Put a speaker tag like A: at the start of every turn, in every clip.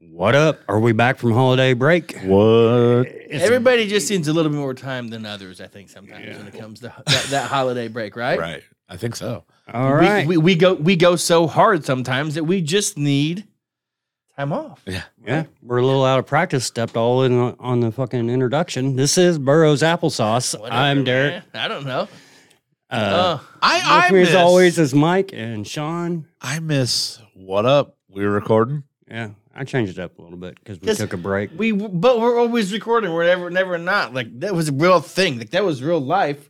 A: What up? Are we back from holiday break?
B: What?
C: Everybody just needs a little bit more time than others, I think, sometimes when it comes to that, that holiday break, right?
B: Right. I think so.
A: All
C: We-
A: right.
C: We, we go we go so hard sometimes that we just need time off.
A: yeah, we're a little out of practice. Stepped all in on, on the fucking introduction. This is Burroughs Applesauce.
C: Whatever,
A: I'm Derek.
C: man. I don't know.
A: Uh,
C: Uh,
B: I
A: with
B: I
A: me
B: miss,
A: as always is Mike and Sean.
B: I miss what up? We were recording.
A: Yeah, I changed it up a little bit because we
C: 'Cause-
A: took a break.
C: we but we're always recording. We're never never not like that was a real thing. Like that was real life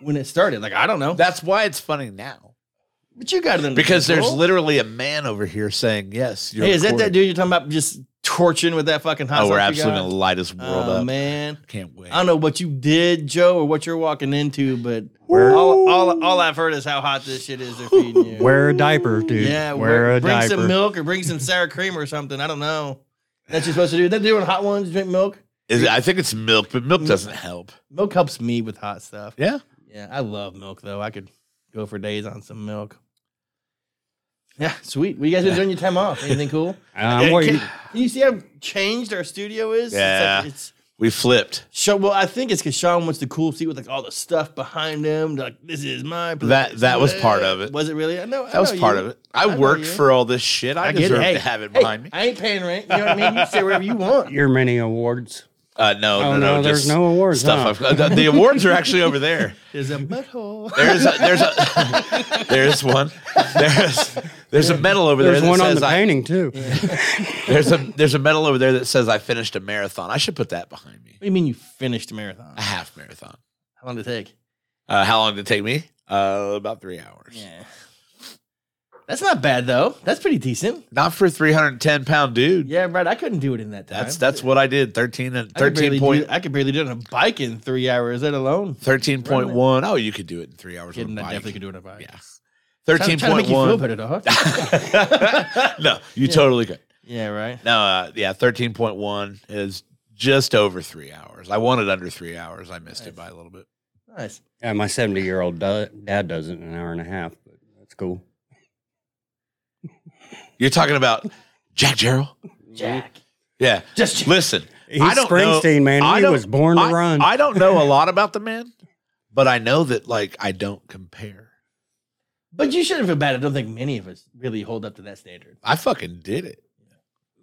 C: when it started. Like I don't know.
B: That's why it's funny now.
C: but you got it under
B: Because there's
C: control.
B: literally a man over here saying yes. You're
C: Hey, is that that
B: recording.
C: dude you're talking about just torching with that fucking hot
B: Oh, we're
C: sauce you
B: absolutely
C: got?
B: gonna light his world
C: Oh
B: up.
C: man.
B: Can't wait.
C: I don't know what you did, Joe, or what you're walking into, but all, all all I've heard is how hot this shit is. They're feeding you.
A: Wear a diaper, dude.
C: yeah,
A: wear a
C: bring
A: diaper.
C: some milk or bring some sour cream or something. I don't know. That's what you're supposed to do. They're doing hot ones. Drink milk.
B: Is it- I think it's milk, but
C: Mm.
B: milk doesn't help.
C: Milk helps me with hot stuff.
B: Yeah.
C: Yeah, I love milk though. I could go for days on some milk. Yeah, sweet. What you guys been doing your time off? Anything cool?
A: Um, what
C: can,
A: you-
C: can you see how changed our studio is? It's like-
B: Yeah.
C: it's
B: We flipped.
C: Sha- well, I think it's because Sean wants the cool seat with like all the stuff behind him. Like this is my place.
B: That- that was part of it.
C: Was it really? I know I
B: That was
C: know
B: part
C: you.
B: of it. I,
C: know
B: worked
C: you.
B: for all this shit. I,
C: I get it.
B: deserve
C: Hey,
B: to have it
C: hey,
B: behind me.
C: I ain't paying rent. You know what I mean? You stay wherever you want.
A: your mini awards.
B: Uh, no,
A: Oh,
B: no, no,
A: no, there's
B: just
A: no awards,
B: Stuff. I've, uh, the awards are actually over there.
C: There's a butthole.
B: There's a, there's a there's one. There's there's a medal over
A: There's
B: there.
A: one
B: that
A: on
B: says
A: the
B: I-
A: painting too.
B: There's a there's a medal over there that says I finished a marathon. I should put that behind me.
C: What do you mean you finished a marathon?
B: A half marathon.
C: How long did it take?
B: Uh, how long did it take me? Uh, about three hours.
C: Yeah. That's not bad though. That's pretty decent.
B: Not for a 310 pound dude.
C: Yeah, right. I couldn't do it in that time.
B: That's that's what I did. 13 and
C: I could barely
B: 13 point
C: Do, I could barely do it on a bike in three hours. Let alone.
B: 13.1. Oh, you could do it in three hours.
C: Kidding,
B: on a
C: I
B: bike.
C: definitely could do it on a bike.
B: Yeah.
C: Trying- trying to make you feel
B: 13.1.
C: better, dog.
B: no, you totally could.
C: yeah, right.
B: No, uh, yeah, 13.1 is just over three hours. I wanted under three hours. I missed it by a little bit.
C: Nice.
A: Yeah, my 70 year old dad does it in an hour and a half, but that's cool.
B: You're talking about Jack Gerald?
C: Jack.
B: Yeah.
C: Just
B: Listen,
A: He's
B: I don't know-
A: Springsteen, man.
B: I
A: He
B: don't-
A: was born to
B: I,
A: run.
B: I don't know a lot about the man, but I know that like I don't compare.
C: But you shouldn't feel bad. I don't think many of us really hold up to that standard.
B: I fucking did it.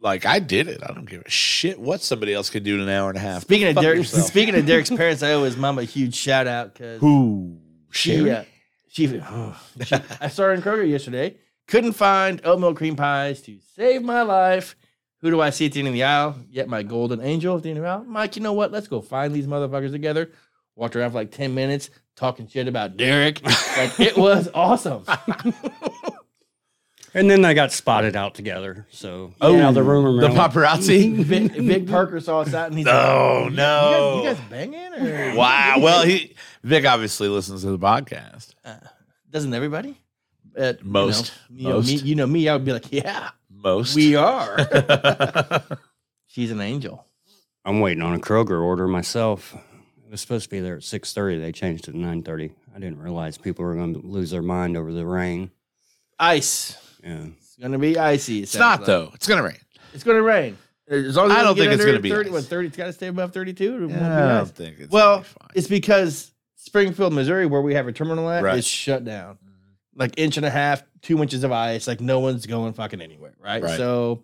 B: Like I did it. I don't give a shit what somebody else could do in an hour and a half.
C: Speaking of
B: Fuck
C: Derek,
B: yourself.
C: speaking of Derek's parents, I owe his mom a huge shout out because
B: Who? Sherry?
C: she, uh, she, oh, she- I saw her in Kroger yesterday. Couldn't find oatmeal cream pies to save my life. Who do I see at the end of the aisle? Yet my golden angel at the end of the aisle. Mike, you know what? Let's go find these motherfuckers together. Walked around for like 10 minutes talking shit about Derek. Like it was awesome.
A: and then they got spotted out together. So oh, now the rumor
B: The
A: mill.
B: paparazzi.
C: Vic, Vic Parker saw us out and he's like,
B: oh no!
C: you, guys, you guys banging? Or?
B: wow. Well, he Vic obviously listens to the podcast.
C: Doesn't everybody? At,
B: Most.
C: You know, You, know,
B: Most.
C: me, you know me, I would be like, yeah,
B: Most.
C: we are. She's an angel.
A: I'm waiting on a Kroger order myself. It was supposed to be there at 6:30. They changed it to 9:30. I didn't realize people were going to lose their mind over the rain.
C: Ice.
A: Yeah.
C: It's going to be icy.
B: it's not though. It's gonna rain.
C: It's going to rain. As long as
B: I
C: it doesn't
B: don't
C: get
B: think it's
C: under
B: gonna be
C: 30,
B: ice.
C: What, 30, it's got to stay above 32. It won't be
B: I
C: nice.
B: don't think it's
C: Well,
B: gonna be fine.
C: It's because Springfield, Missouri, where we have a terminal at,
B: Right.
C: is shut down. Like inch and a half, two inches of ice. Like no one's going fucking anywhere, right?
B: Right.
C: So,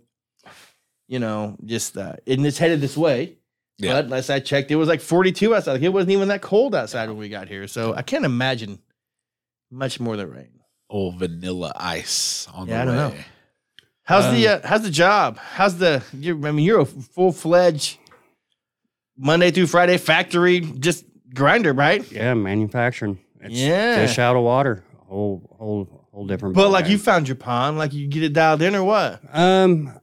C: you know, just uh, and it's headed this way.
B: Yeah.
C: But last I checked, it was like 42 outside. Like it wasn't even that cold outside when we got here. So I can't imagine much more than rain.
B: old vanilla ice on
C: Yeah, I
B: the
C: don't
B: way.
C: know. How's the
B: Um,
C: uh, how's the job? How's the you I mean you're a full fledged Monday through Friday factory just grinder, right?
A: Yeah, manufacturing. It's
C: Yeah.
A: Fish out of water. Whole whole whole different
C: But like
A: ballgame.
C: you found your pond, like you get it dialed in or what?
A: Um,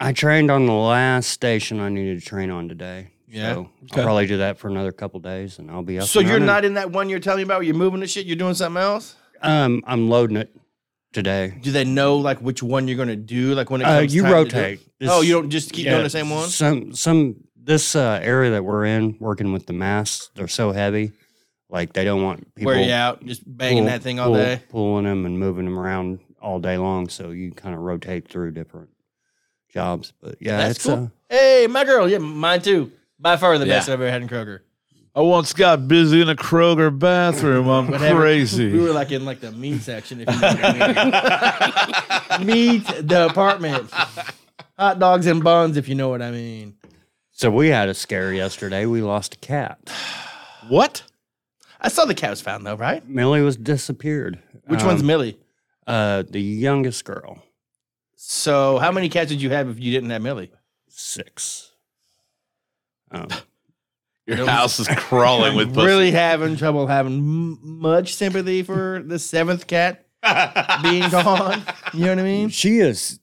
A: I trained on the last station I needed to train on today.
C: Yeah.
A: So
B: Okay.
A: I'll probably do that for another couple days, and I'll be up.
C: so
A: and
C: you're
A: running.
C: not in that one you're telling me about where you're moving the shit, you're doing something else?
A: Um, I'm loading it today.
C: Do they know like which one you're gonna do? Like when it
A: Uh,
C: comes
A: you
C: time to do
A: rotate.
C: it?
A: This-
C: oh, you don't just keep
A: yeah,
C: doing the same one?
A: Some some this uh, area that we're in, working with the mass, they're so heavy, like they don't want people
C: Wear you out, just banging
A: pull-
C: that thing all
A: pull-
C: day.
A: pulling them and moving them around all day long. So you kind of rotate through different jobs. But yeah,
C: That's
A: it's
C: cool.
A: uh,
C: Hey, my girl. Yeah, mine too. By far the best
B: Yeah.
C: I've ever had in Kroger.
B: I once got busy in a Kroger bathroom. I'm
C: Whatever.
B: crazy.
C: We were like in like the meat section, if you know what I mean. meat department. Hot dogs and buns, if you know what I mean.
A: so we had a scare yesterday. We lost a cat.
B: what?
C: I saw the cat was found though, right?
A: Millie was disappeared.
C: Which one's
A: Um,
C: Millie?
A: uh, the youngest girl?
C: So, how many cats would you have if you didn't have Millie?
A: Six. Um,
B: Your
C: Really?
B: house is crawling with pussy.
C: Really having trouble having m- much sympathy for the seventh cat being gone. You know what I mean?
A: she is,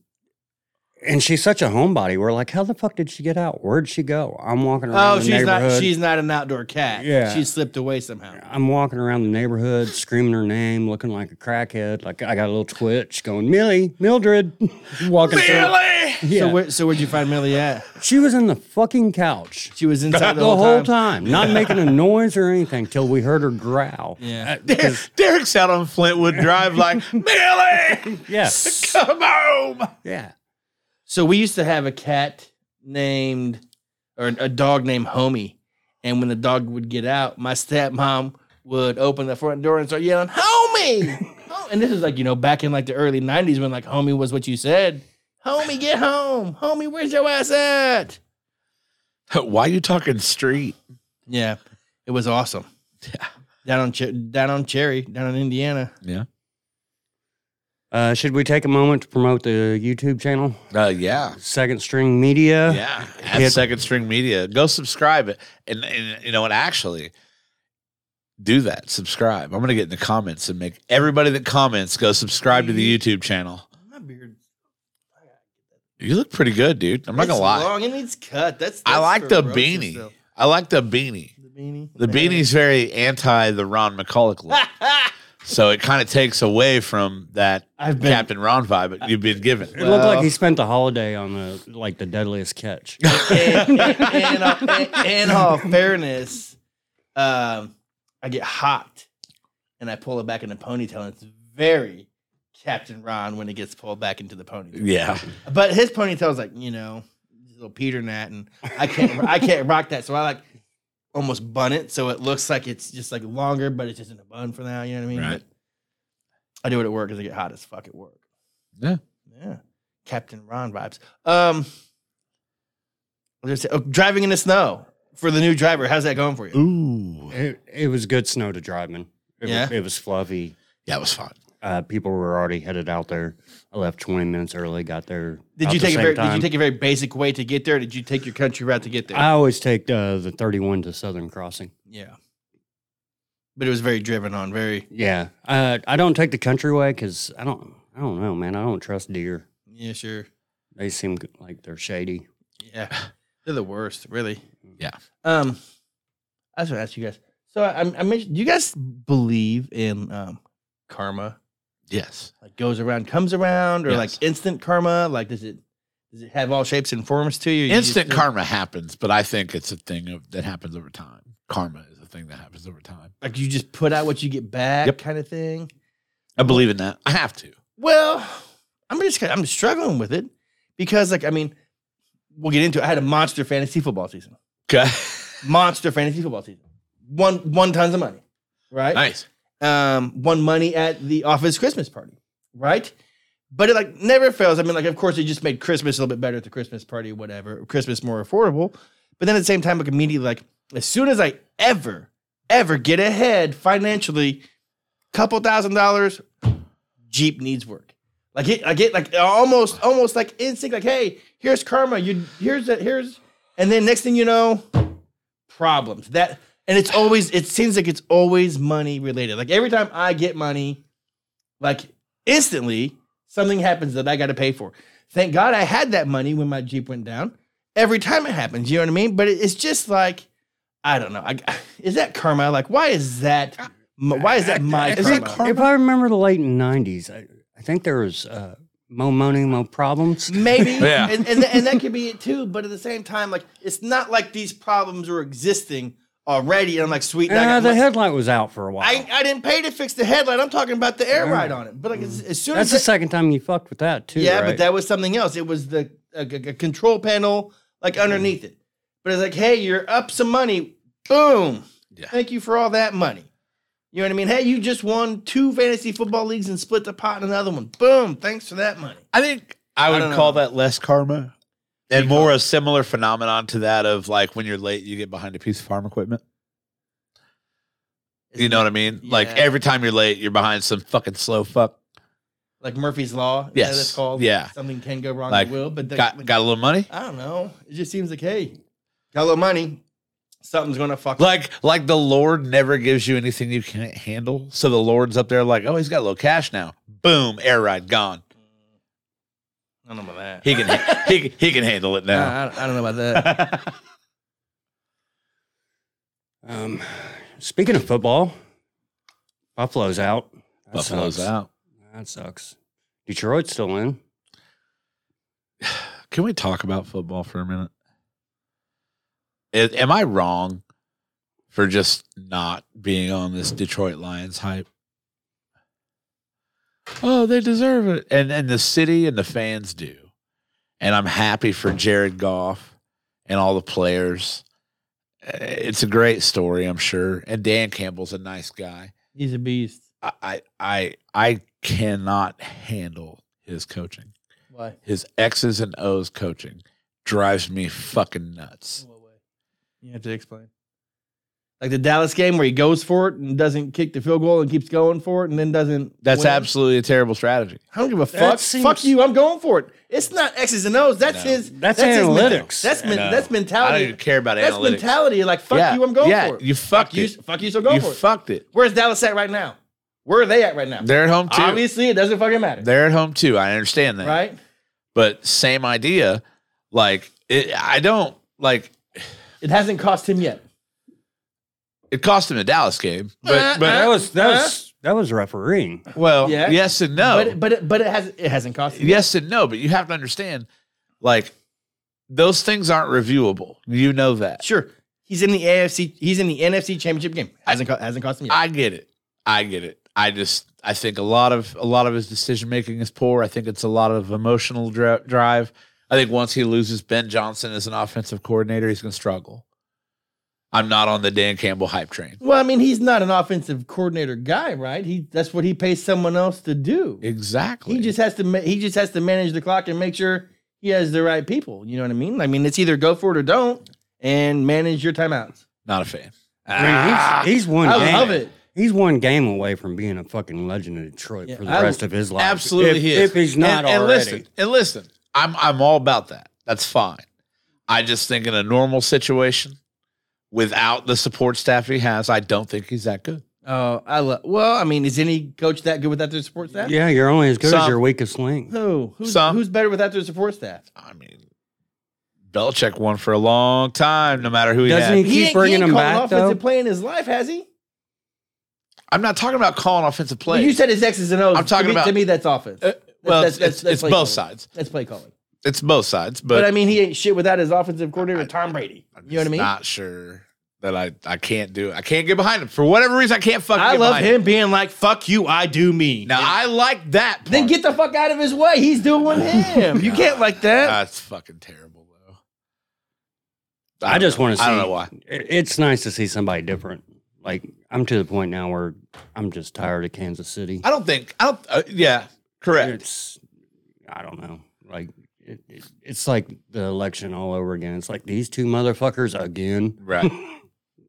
A: and she's such a homebody. We're like, how the fuck did she get out? Where'd she go? I'm walking around.
C: Oh,
A: the
C: she's not.
A: neighborhood.
C: She's not an outdoor cat.
A: Yeah.
C: she slipped away somehow.
A: I'm walking around the neighborhood, screaming her name, looking like a crackhead. Like I got a little twitch, going Millie, Mildred, walking through.
B: Really?
A: Yeah.
C: So, where, so where'd you find Millie at?
A: she was in the fucking couch
C: She was inside the,
A: the, whole time,
C: time.
A: not making a noise or anything till we heard her growl.
C: Yeah.
A: Uh, because-
B: Derek's out on Flintwood Drive like, Millie,
A: yeah,
B: come home.
A: yeah.
C: So we used to have a cat named or a dog named Homie. And when the dog would get out, my stepmom would open the front door and start yelling, Homie! Oh, and this is like, you know, back in like the early 90s when like homie was what you said. Homie, get home. Homie, where's your ass at?
B: Why you talking street?
C: Yeah, it was awesome. Down on Che- down on Cherry, down in Indiana.
B: Yeah.
A: Uh, should we take a moment to promote the YouTube channel,
B: Uh, yeah.
A: Second String Media?
B: Yeah. At
A: Hit-
B: Second String Media. Go subscribe. it, And, and, you know, and actually do that. Subscribe. I'm going to get in the comments and make everybody that comments go subscribe to the YouTube channel.
C: My beard.
B: You look pretty good, dude. I'm not going to lie.
C: Long. It needs cut. That's,
B: I
C: that's
B: like the
C: ferocious,
B: beanie.
C: though.
B: I like the beanie.
C: The beanie.
B: The beanie's very anti the Ron McCulloch look. so it kind of takes away from that
C: I've been
B: Captain Ron vibe that you've been given.
A: It looked
C: Well-
A: like he spent the holiday on the like the deadliest catch.
C: in, in, in- in all fairness, um, I get hot and I pull it back in a ponytail, and it's very Captain Ron when it gets pulled back into the ponytail.
B: Yeah.
C: But his ponytail's like you know, little Peter Nat, and I can't I can't rock that, so I like almost bun it so it looks like it's just like longer, but it's just in a bun for now. You know what I mean?
B: Right.
C: But I do it at work because I get hot as fuck at work.
B: Yeah.
C: Yeah. Captain Ron vibes. Um, I'll just say- oh, driving in the snow for the new driver. How's that going for you?
B: Ooh.
A: It, it was good snow to drive in. It,
C: Yeah?
A: was, it was fluffy.
B: That was fun.
A: Uh, people were already headed out there. I left 20 minutes early. Got there.
C: Did
A: about
C: you
A: the
C: take a
A: same
C: very Did you
A: time.
C: take a very basic way to get there? Did you take your country route to get there?
A: I always take uh, the 31 to Southern Crossing.
C: yeah. But it was very driven on. Very
A: Yeah, uh, I don't take the countryway because I don't. I don't know, man. I don't trust deer.
C: yeah, sure.
A: They seem g- like they're shady.
C: Yeah, they're the worst, really.
B: Yeah.
C: Um, I just want to ask you guys. So I, I mentioned, do you guys believe in um karma?
B: Yes.
C: like goes around, comes around, or
B: Yes.
C: like instant karma? Like does it does it have all shapes and forms to you? You just
B: Instant
C: think-
B: karma happens, but I think it's a thing of, that happens over time. Karma is a thing that happens over time.
C: like you just put out what you get back,
B: Yep.
C: kind of thing.
B: I believe in that. I have to.
C: Well, I'm just kinda- I'm struggling with it because like I mean, we'll get into it. I had a monster fantasy football season,
B: Okay.
C: monster fantasy football season, one one tons of money, right?
B: nice.
C: um, won money at the office Christmas party, right? But it like never fails. I mean, like of course it just made Christmas a little bit better at the Christmas party, whatever. Christmas more affordable. But then at the same time, like immediately, like as soon as I ever, ever get ahead financially, couple thousand dollars, Jeep needs work. Like it, I get like almost, almost like instinct. Like hey, here's karma. You here's that here's, and then next thing you know, problems. That and it's always it seems like it's always money related. Like every time I get money, like instantly something happens that I got to pay for. Thank God I had that money when my Jeep went down. Every time it happens, you know what I mean? But it- it's just like I don't know. I, is that karma? Like why is that m- why is that my
A: If
C: karma?
A: I- If I remember the late '90s, I, I think there was uh, mo money, mo problems.
C: Maybe,
B: Yeah.
C: and, and, and that could be it too. But at the same time, like it's not like these problems are existing already. And I'm like, sweet, now
A: Uh,
C: I got
A: the
C: money.
A: headlight was out for a while.
C: I, I didn't pay to fix the headlight. I'm talking about the air ride on it. But like as, as soon
A: That's the
C: as that-
A: second time you fucked with that too.
C: yeah,
A: right?
C: but that was something else. It was the a, a- a control panel like underneath it. But it's like, hey, you're up some money. Boom.
B: Yeah.
C: Thank you for all that money. You know what I mean? Hey, you just won two fantasy football leagues and split the pot in another one. Boom. Thanks for that money.
B: I think I would
C: don't
B: call
C: know.
B: that less karma and
C: Because-
B: more a similar phenomenon to that of like when you're late, you get behind a piece of farm equipment. You know what I mean? Like
C: Yeah.
B: every time you're late, you're behind some fucking slow fuck.
C: Like Murphy's Law. Is that what
B: Yes.
C: it's called?
B: Yeah.
C: Something can go wrong.
B: Like,
C: it will. But the-
B: Got got a little money?
C: I don't know. It just seems like, hey, got a little money. Something's going to fuck up.
B: Like like the Lord never gives you anything you can't handle. So the Lord's up there like, oh, he's got a little cash now. Boom, air ride gone.
C: I don't know about that.
B: He can ha- he, can- he can handle it now.
C: I, I don't know about that.
A: Um, speaking of football, Buffalo's out. That
B: Buffalo's
A: sucks.
B: out.
A: That sucks. Detroit's still in.
B: Can we talk about football for a minute? Is- am I wrong for just not being on this Detroit Lions hype? Oh, they deserve it. And and the city and the fans do. And I'm happy for Jared Goff and all the players. Uh, It's a great story, I'm sure. And Dan Campbell's a nice guy.
C: He's a beast.
B: I I I, I cannot handle his coaching
C: Why?
B: his X's and O's coaching drives me fucking nuts.
C: What way? You have to explain. Like the Dallas game where he goes for it and doesn't kick the field goal and keeps going for it and then doesn't.
B: That's
C: win.
B: absolutely a terrible strategy.
C: I don't give a
A: That
C: fuck.
A: seems-
C: Fuck you. I'm going for it. It's not X's and O's. That's
B: No.
C: his.
A: That's
C: his men-
A: analytics.
C: that's men,
B: I know.
C: that's
B: I don't
C: mentality.
B: even care about
C: that's
B: analytics.
C: mentality. Like fuck
B: Yeah,
C: you. I'm going
B: yeah,
C: for it.
B: You
C: fuck
B: fucked
C: you.
B: it.
C: Fuck you. So go
B: you
C: for it.
B: fucked it.
C: Where's Dallas at right now? Where are they at right now?
B: They're at home too.
C: Obviously, it doesn't fucking matter.
B: They're at home too. I understand that.
C: Right?
B: But same idea. Like it, I don't like.
C: It hasn't cost him yet.
B: It cost him a Dallas game, but
C: Uh,
B: but
A: That
C: uh,
A: was that was that was refereeing.
B: well,
C: yeah.
B: yes and no.
C: But it, but it, but it has it hasn't cost him. yet.
B: yes and no. But you have to understand, like those things aren't reviewable. You know that.
C: Sure. He's in the AFC. He's in the NFC Championship game. Hasn't co- hasn't cost him yet.
B: I get it. I get it. I just I think a lot of a lot of his decision making is poor. I think it's a lot of emotional dri- drive. I think once he loses Ben Johnson as an offensive coordinator, he's going to struggle. I'm not on the Dan Campbell hype train.
C: well, I mean, he's not an offensive coordinator guy, right? He that's what he pays someone else to do.
B: Exactly.
C: He just has to ma- he just has to manage the clock and make sure he has the right people. You know what I mean? I mean, it's either go for it or don't, and manage your timeouts.
B: not a fan. Ah,
A: I mean, he's, he's one.
C: I
A: game,
C: love it.
A: He's one game away from being a fucking legend of Detroit
C: Yeah,
A: for the
C: I-
A: rest of his life.
B: Absolutely,
A: if,
B: he is.
A: if he's not
B: and, and
A: already.
B: listen, and listen, I'm I'm all about that. That's fine. I just think in a normal situation, without the support staff he has, I don't think he's that good.
C: Oh, I love. Well, I mean, is any coach that good without their support staff?
A: Yeah, you're only as good as
B: Some-
A: your weakest link.
C: Who who's,
B: Some.
C: who's better without their support staff?
B: I mean, Belichick won for a long time, no matter who he
A: Doesn't
B: had.
A: he- Keep
C: ain't-
A: bringing
C: ain't
A: him
C: called an
A: back,
C: offensive
A: though.
C: play in his life, has he?
B: I'm not talking about calling offensive
C: Well,
B: plays.
C: you said his X's and O's.
B: I'm talking
C: to me,
B: about-
C: to me that's offense.
B: Uh, well,
C: that's- that's-
B: it's, it's,
C: that's
B: it's
C: like-
B: both sides.
C: that's play calling.
B: It's both sides,
C: But,
B: but,
C: I mean, he ain't shit without his offensive coordinator,
B: I-
C: Tom Brady.
B: I'm
C: You know what I
B: just
C: mean?
B: Not sure that I I can't do it. I can't get behind him for whatever reason. I can't fucking.
C: I
B: get
C: love
B: behind
C: him being like, "Fuck you, I do me."
B: Now I like that. Part.
C: then get the fuck out of his way. He's doing him. you can't like that.
B: That's fucking terrible though.
A: I just
B: don't know.
A: want to see.
B: I don't know why.
A: It- It's nice to see somebody different. Like I'm to the point now where I'm just tired of Kansas City.
B: I don't think. I don't. Uh, yeah, correct.
A: It's I don't know. Like it, it, it's like the election all over again. It's like these two motherfuckers again.
B: Right.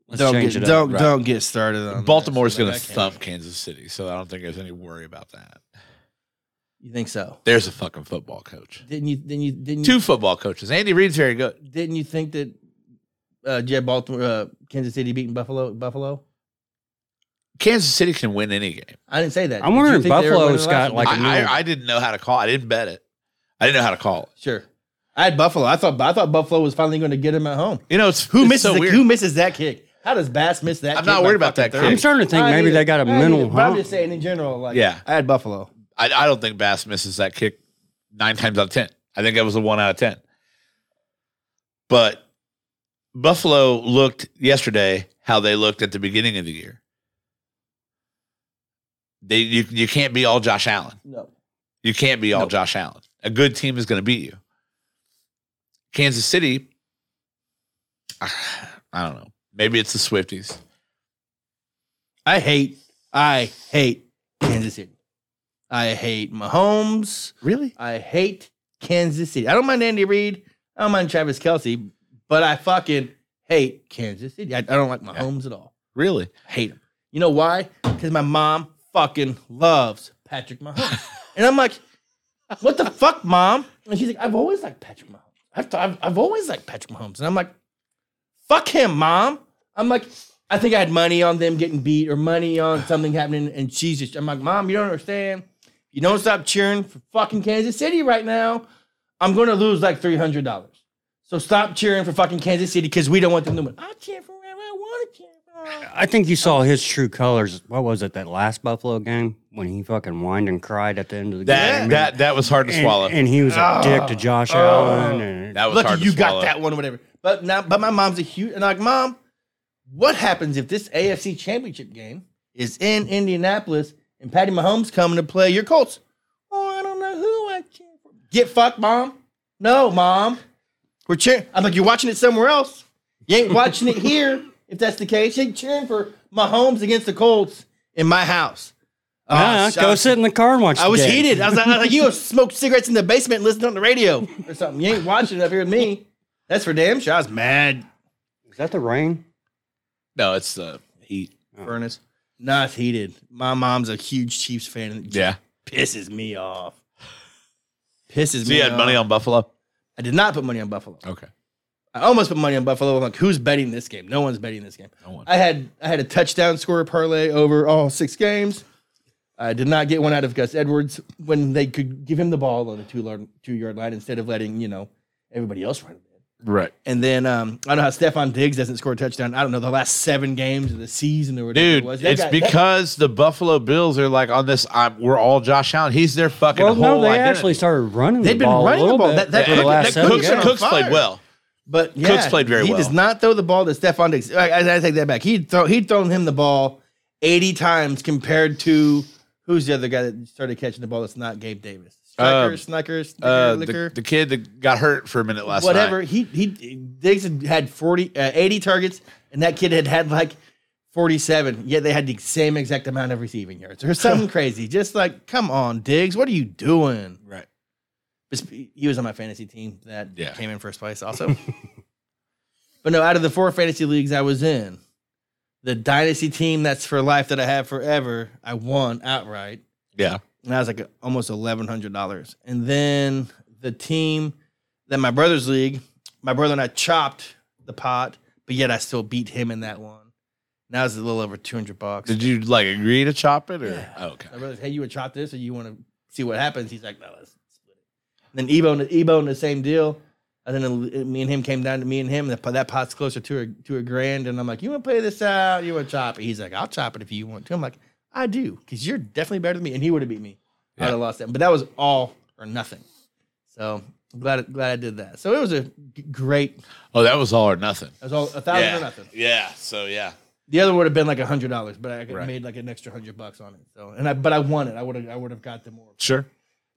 A: Let's change it up.
B: right.
C: get started that.
B: Baltimore's going
C: That
B: to
C: can't-
B: thump Kansas City, so I don't think there's any worry about that.
C: You think so?
B: There's a fucking football coach.
C: Didn't you? Didn't you? Didn't you?
B: Two football coaches. Andy Reid's very good.
C: Didn't you think that? Uh, Jed Baltimore, uh, Kansas City beating Buffalo. Buffalo.
B: Kansas City can win any game.
C: I didn't say that.
A: I'm
C: Did you
A: wondering if
C: think they were winning
A: Buffalo's
C: the last
A: got,
C: one?
A: Like a
B: I,
A: mule.
B: I, I didn't know how to call. it. I didn't bet it. I didn't know how to call it.
C: Sure. I had Buffalo. I thought I thought Buffalo was finally going to get him at home.
B: You know, it's
C: Who
B: it's
C: misses
B: so
C: the-
B: weird.
C: who misses that kick? How does Bass miss that?
B: I'm
C: kick
B: not
C: by
B: worried about
C: fucking
B: that
C: thirty?
A: I'm
B: kick.
A: starting to think
C: I
A: maybe
C: either.
A: they got a
C: I either.
A: mental
C: But I'm
A: hump.
C: just saying in general. Like
B: Yeah.
C: I had Buffalo.
B: I, I don't think Bass misses that kick nine times out of ten. I think that was a one out of ten. But Buffalo looked yesterday how they looked at the beginning of the year. They you you can't be all Josh Allen.
C: No.
B: You can't be all Josh Allen. A good team is going to beat you. Kansas City, I don't know. Maybe it's the Swifties.
C: I hate, I hate Kansas City. I hate Mahomes.
B: Really?
C: I hate Kansas City. I don't mind Andy Reid. I don't mind Travis Kelsey, but I fucking hate Kansas City. I, I don't like Mahomes at all.
B: Really?
C: I hate him. You know why? Because my mom fucking loves Patrick Mahomes. and I'm like, what the fuck, mom? And she's like, I've always liked Patrick Mahomes. I've, I've, I've always liked Patrick Mahomes. And I'm like, fuck him, mom. I'm like, I think I had money on them getting beat or money on something happening. And she's just, I'm like, mom, you don't understand. You don't stop cheering for fucking Kansas City right now. I'm going to lose like $300. So stop cheering for fucking Kansas City because we don't want them to win. I cheer for whoever I want to cheer for.
A: I think you saw his true colors. What was it? That last Buffalo game when he fucking whined and cried at the end of the
B: That
A: game.
B: that that was hard to
A: and,
B: swallow.
A: and he was a
C: Ah.
A: dick to Josh
C: Oh.
A: Allen. And
B: that was
C: Lucky
B: hard to
C: you
B: swallow.
C: got that one or whatever. But now, but my mom's a huge and like, mom, what happens if this AFC Championship game is in Indianapolis and Patty Mahomes coming to play your Colts? Oh, I don't know who I cheer for. Get fucked, mom. No, mom. We're cheering. I'm like, you're watching it somewhere else. You ain't watching it here. If that's the case, you ain't cheering for Mahomes against the Colts in my house. Oh,
A: Nah,
C: sh- I
A: go
C: was-
A: sit in the car and watch.
C: I
A: the
C: was
A: game.
C: heated. I was like, I was like, you have smoked cigarettes in the basement and listened on the radio or something. You ain't watching it up here with me. That's for damn sure. I was mad.
A: Is that the rain?
B: No, it's the heat.
C: Furnace. Nah, it's heated. My mom's a huge Chiefs fan. and it
B: Yeah.
C: Pisses me off. Pisses
B: So
C: me
B: you had
C: off.
B: money on Buffalo?
C: I did not put money on Buffalo.
B: Okay.
C: I almost put money on Buffalo. I'm like, who's betting this game? No one's betting this game.
B: No one.
C: I had I had a touchdown scorer parlay over all six games. I did not get one out of Gus Edwards when they could give him the ball on the two yard two yard line instead of letting you know everybody else run it.
B: Right.
C: And then um, I don't know how Stefan Diggs doesn't score a touchdown. I don't know the last seven games of the season or whatever.
B: Dude,
C: it was. That
B: it's
C: guy- that-
B: because the Buffalo Bills are like on this. I'm, we're all Josh Allen. He's their fucking
A: Well,
B: whole
A: no, they
B: identity.
A: actually started running.
C: They've
A: the
C: been
A: ball a
C: running the
A: little
C: ball.
A: bit
C: That- that
A: over the
C: Cook-
A: last
C: that
A: seven
C: Cook's
B: Cooks,
C: been on
A: games.
B: Cooks played
C: fire.
B: well.
C: But yeah,
B: Cooks played very
C: he
B: well.
C: does not throw the ball to Stephon Diggs. I, I- I take that back. He'd throw he'd thrown him the ball eighty times compared to who's the other guy that started catching the ball that's not Gabe Davis. Striker,
B: Um,
C: Snicker, Snicker,
B: Uh,
C: Licker,
B: the, the kid that got hurt for a minute last
C: whatever.
B: night.
C: He he Diggs had- had 40, uh, 80 targets, and that kid had had like forty seven. Yet they had the same exact amount of receiving yards or something crazy. Just like, come on, Diggs, what are you doing?
B: Right.
C: Just- he was on my fantasy team that
B: Yeah.
C: came in first place also. but no, out of the four fantasy leagues I was in, the dynasty team that's for life that I have forever, I won outright.
B: Yeah.
C: And I was like almost eleven hundred dollars. And then the team that my brother's league, my brother and I chopped the pot, but yet I still beat him in that one. Now it's a little over two hundred bucks.
B: Did you like agree to chop it or?
C: Yeah.
B: Oh, okay.
C: My brother's, hey, you would chop this, or you want to see what happens? He's like, no, let's split it. And then Ebo, and Ebo, and the same deal. And then it- me and him came down to me and him. That, that pot's closer to a, to a grand. And I'm like, you want to play this out? You want to chop it? He's like, I'll chop it if you want to. I'm like, I do, because you're definitely better than me. And he would have beat me. I'd
B: Yeah.
C: have lost that. But that was all or nothing. So I'm glad glad I did that. So it was a g- great. It
B: Oh, that was all or nothing.
C: was all a thousand
B: Yeah.
C: or nothing.
B: Yeah. So yeah.
C: The other would have been like a hundred dollars, but I
B: Right.
C: made like an extra hundred bucks on it. So and I but I won it. I would have I would have got the more
B: Sure.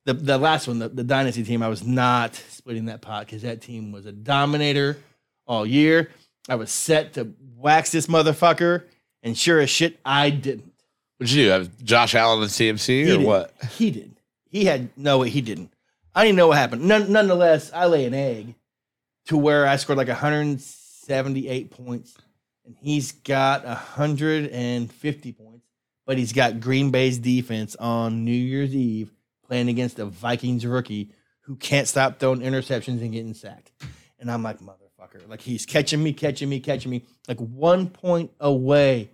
C: the, the last one, the, the dynasty team, I was not splitting that pot because that team was a dominator all year. I was set to wax this motherfucker, and sure as shit, I didn't.
B: What'd you do? Have Josh Allen and CMC
C: He
B: or
C: did.
B: what?
C: He did. He had no. He didn't. I didn't know what happened. None, nonetheless, I lay an egg to where I scored like 178 points, and he's got 150 points. But he's got Green Bay's defense on New Year's Eve playing against a Vikings rookie who can't stop throwing interceptions and getting sacked. And I'm like, motherfucker, like he's catching me, catching me, catching me, like one point away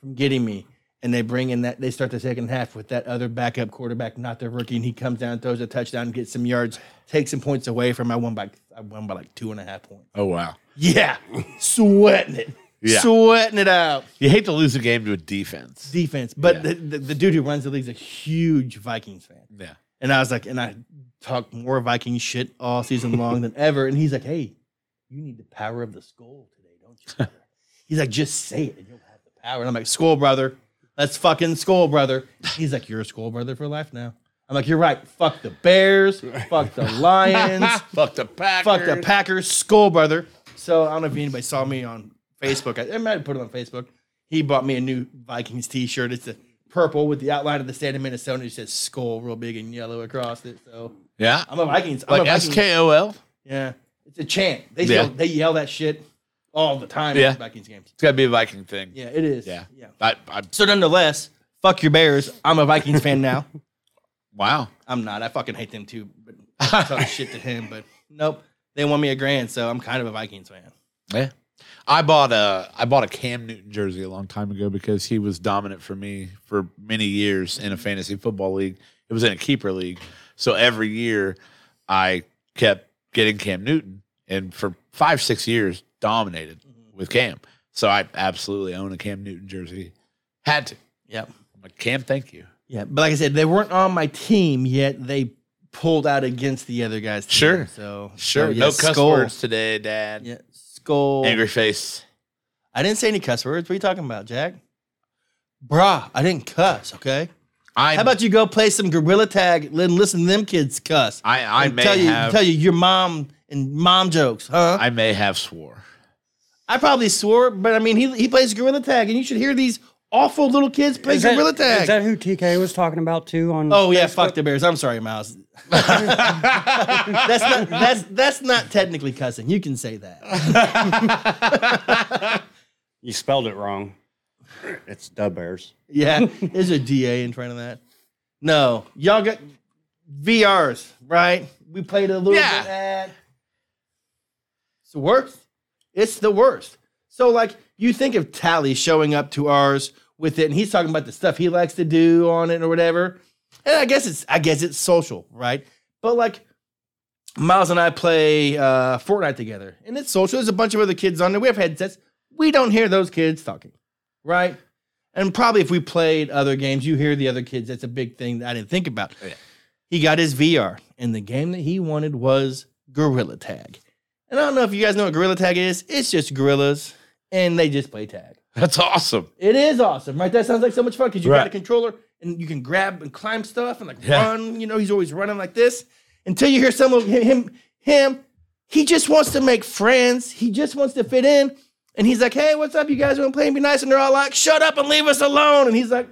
C: from getting me. And they bring in that they start the second half with that other backup quarterback, not their rookie, and he comes down, throws a touchdown, gets some yards, takes some points away from my one by I won by like two and a half points.
B: Oh wow.
C: Yeah. Sweating it.
B: Yeah.
C: Sweating it out.
B: You hate to lose a game to a defense.
C: Defense. But
B: Yeah.
C: the, the, the dude who runs the league's a huge Vikings fan.
B: yeah.
C: And I was like, and I talked more Viking shit all season long than ever. And he's like, hey, you need the power of the skull today, don't you? brother?" he's like, just say it and you'll have the power. And I'm like, skull brother. Let's fucking skull brother. He's like, you're a skull brother for life now. I'm like, you're right. Fuck the Bears. Fuck the Lions.
B: Fuck the Packers.
C: fuck the Packers. Skull brother. So I don't know if anybody saw me on Facebook. I, I might have put it on Facebook. He bought me a new Vikings T-shirt. It's a purple with the outline of the state of Minnesota. It says skull real big and yellow across it. So
B: Yeah.
C: I'm a Vikings. I'm
B: Like
C: a Vikings.
B: SKOL.
C: Yeah, it's a chant. They
B: Yeah.
C: yell, they yell that shit all the time
B: Yeah.
C: at Vikings games.
B: It's got to be a Viking thing.
C: Yeah, it is.
B: Yeah.
C: yeah.
B: I, I,
C: So nonetheless, fuck your Bears. I'm a Vikings fan now.
B: wow.
C: I'm not. I fucking hate them too. But I talk shit to him. But nope, they won me a grand, so I'm kind of a Vikings fan.
B: Yeah. I bought a I bought a Cam Newton jersey a long time ago because he was dominant for me for many years in a fantasy football league. It was in a keeper league. So every year I kept getting Cam Newton and for 5 6 years dominated
C: Mm-hmm.
B: with Cam. So I absolutely own a Cam Newton jersey. Had to.
C: Yep.
B: I'm like Cam, thank you.
C: Yeah, but like I said, they weren't on my team yet. They pulled out against the other guys. team,
B: Sure.
C: So
B: Sure.
C: so, yeah,
B: no cuss
C: skull.
B: words today, dad.
C: Yeah, skull.
B: Angry face.
C: I didn't say any cuss words. What are you talking about, Jack? Bruh, I didn't cuss. Okay.
B: I
C: How about you go play some gorilla tag and listen to them kids cuss?
B: I I
C: and
B: may
C: tell you
B: have
C: tell you your mom and mom jokes, huh? I,
B: I may have swore.
C: probably swore, but I mean he he plays gorilla tag, and you should hear these awful little kids play
A: that,
C: gorilla tag.
A: is that who TK was talking about too? On
C: oh yeah, fuck the bears. I'm sorry, Miles. that's not that's that's not technically cussing. You can say that.
A: you spelled it wrong. It's the Bears.
C: Yeah, there's a DA in front of that. No, y'all got VRs, right? We played a little
B: Yeah.
C: bit. At, it's the worst. It's the worst. So like you think of Tally showing up to ours with it, and he's talking about the stuff he likes to do on it or whatever. And I guess it's I guess it's social, right? But like Miles and I play uh, Fortnite together, and it's social. There's a bunch of other kids on there. We have headsets. We don't hear those kids talking, right? And probably if we played other games, you hear the other kids. That's a big thing that I didn't think about.
B: Yeah.
C: He got his VR, and the game that he wanted was Gorilla Tag. And I don't know if you guys know what Gorilla Tag is. It's just gorillas, and they just play tag.
B: That's awesome.
C: It is awesome, right? That sounds like so much fun because you got a
B: Right.
C: controller and you can grab and climb stuff and like
B: Yeah.
C: run. You know, he's always running like this until you hear some of him, him, him. He just wants to make friends. He just wants to fit in. And he's like, "Hey, what's up? You guys want to play and be nice?" And they're all like, "Shut up and leave us alone." And he's like,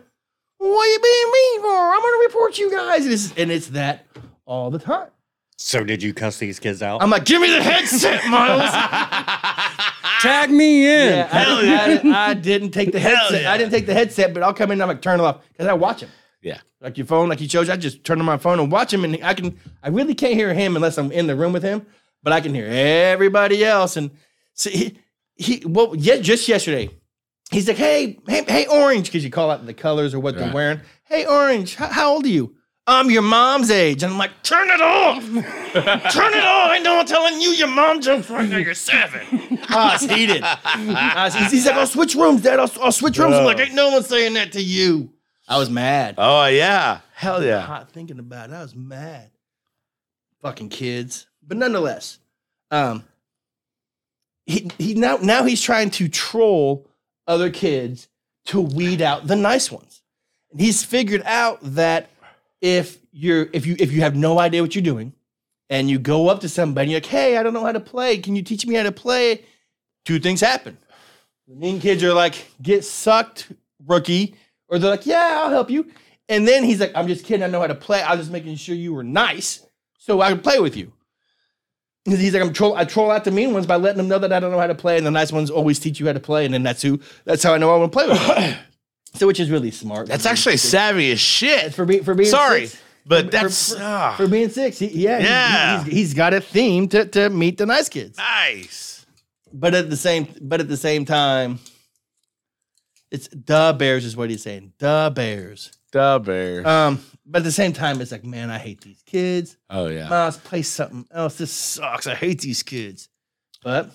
C: "What are you being mean for? I'm gonna report you guys." And it's, and it's that all the time.
A: So did you cuss these kids out?
C: I'm like, "Give me the headset, Miles."
A: Tag me in.
C: Yeah, I,
B: Hell
C: I-
B: yeah.
C: I didn't take the headset.
B: yeah.
C: I didn't take the headset, but I'll come in and I'm like, turn it off because I watch him.
B: Yeah.
C: Like your phone, like you chose, I just turn on my phone and watch him. And I can, I really can't hear him unless I'm in the room with him, but I can hear everybody else. And see, he, he well, yeah, just yesterday, he's like, hey, hey, hey, orange, because you call out the colors or what they're
B: Right.
C: wearing. Hey, orange, how, how old are you? I'm your mom's age. And I'm like, turn it off. Turn it off. I know I'm telling you your mom jokes right now. You're seven. I was heated. I was- he's, he's like, I'll switch rooms, Dad. I'll, I'll switch rooms. I'm like, ain't no one saying that to you. I was mad.
B: Oh yeah, hell yeah.
C: Hot thinking about it. I was mad. Fucking kids. But nonetheless, um, he, he now now he's trying to troll other kids to weed out the nice ones. And he's figured out that if you're if you if you have no idea what you're doing and you go up to somebody and you're like, hey, I don't know how to play. Can you teach me how to play? Two things happen. The mean kids are like, get sucked, rookie. Or they're like, yeah, I'll help you. And then he's like, I'm just kidding. I know how to play. I was just making sure you were nice so I could play with you. And He's like, I'm troll. I troll out the mean ones by letting them know that I don't know how to play, and the nice ones always teach you how to play, and then that's who. That's how I know I want to play with. you. so, which is really smart.
B: That's actually savvy as shit.
C: for being for being
B: Sorry,
C: six-
B: but
C: for-
B: that's
C: for,
B: ah,
C: for being six. He, yeah, he- he-
B: Yeah.
C: he's- he's got a theme to, to meet the nice kids,
B: nice.
C: but at the same but at the same time, it's the bears is what he's saying. The bears.
B: Da bear.
C: Um, but at the same time, it's like, man, I hate these kids.
B: oh yeah.
C: Miles, play something else. This sucks. I hate these kids. But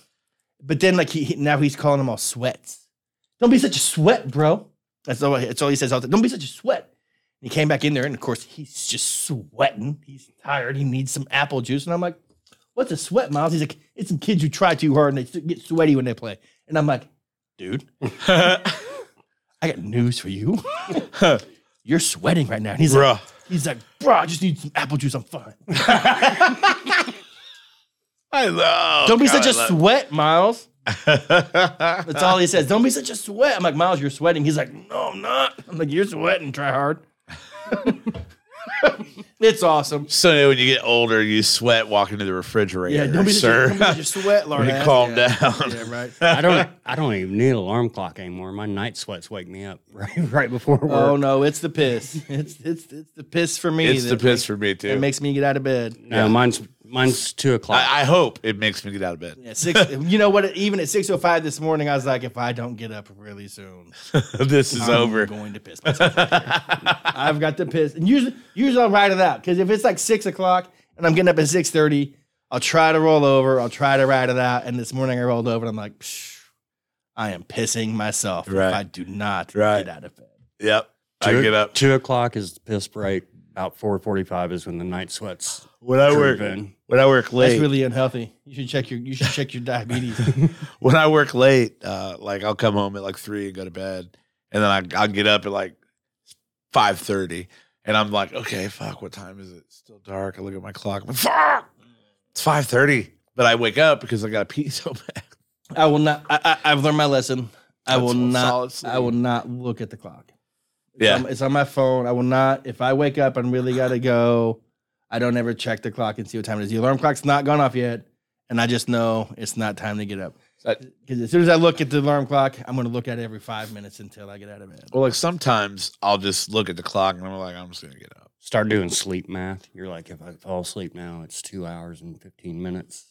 C: but then like he, he- now he's calling them all sweats. Don't be such a sweat, bro. That's all. That's all he says. All the, Don't be such a sweat. And he came back in there, and of course he's just sweating. He's tired. He needs some apple juice. And I'm like, "What's a sweat, Miles?" He's like, "It's some kids who try too hard and they get sweaty when they play." And I'm like, "Dude, I got news for you. You're sweating right now." And he's like,
B: Bruh.
C: He's like, bro, I just need some apple juice. I'm fine.
B: I love.
C: Don't be
B: God,
C: such a
B: I love-
C: sweat, Miles. That's all he says. Don't be such a sweat. I'm like, Miles, you're sweating. He's like, no, I'm not. I'm like, you're sweating. Try hard. it's awesome.
B: so when you get older, you sweat walking to the refrigerator.
C: Yeah, don't be such a, don't
B: sir.
C: be such a sweat, Lord.
B: You calm down.
C: Yeah, right.
A: I don't. I don't even need an alarm clock anymore. My night sweats wake me up right right before work.
C: Oh no, it's the piss. It's it's it's the piss for me.
B: It's the
C: that
B: piss for me too.
C: It makes me get out of bed.
A: no, mine's mine's two o'clock.
B: I, I hope it makes me get out of bed.
C: Yeah, six. you know what? Even at six oh five this morning, I was like, if I don't get up really soon,
B: this is
C: I'm
B: over.
C: Going to piss myself. right here. I've got to piss, and usually, usually I'll ride it out because if it's like six o'clock and I'm getting up at six thirty, I'll try to roll over. I'll try to ride it out. And this morning I rolled over, and I'm like, Psh, I am pissing myself
B: Right.
C: if I do not
B: Right.
C: get out of bed.
B: Yep.
A: two,
B: I get up.
A: Two o'clock is the piss break. About four forty-five is when the night sweats.
B: When I
A: creep
B: work
A: in.
B: when I work late
C: That's really unhealthy. You should check your you should check your diabetes.
B: when I work late, uh, like I'll come home at like three and go to bed, and then I I'll get up at like five thirty, and I'm like, okay, fuck, what time is it? It's still dark. I look at my clock. I'm like, fuck, it's five thirty. But I wake up because I got to pee so bad.
C: I will not. I, I, I've learned my lesson. I
B: That's
C: will
B: what
C: not.
B: solid sleep.
C: I will not look at the clock. It's
B: Yeah.
C: on- it's on my phone. I will not. If I wake up and really gotta go, I don't ever check the clock and see what time it is. The alarm clock's not gone off yet, and I just know it's not time to get up.
B: That-
C: Because as soon as I look at the alarm clock, I'm gonna look at it every five minutes until I get out of bed.
B: Well, like sometimes I'll just look at the clock and I'm like, I'm just gonna get up.
A: Start doing sleep math. You're like, if I fall asleep now, it's two hours and fifteen minutes.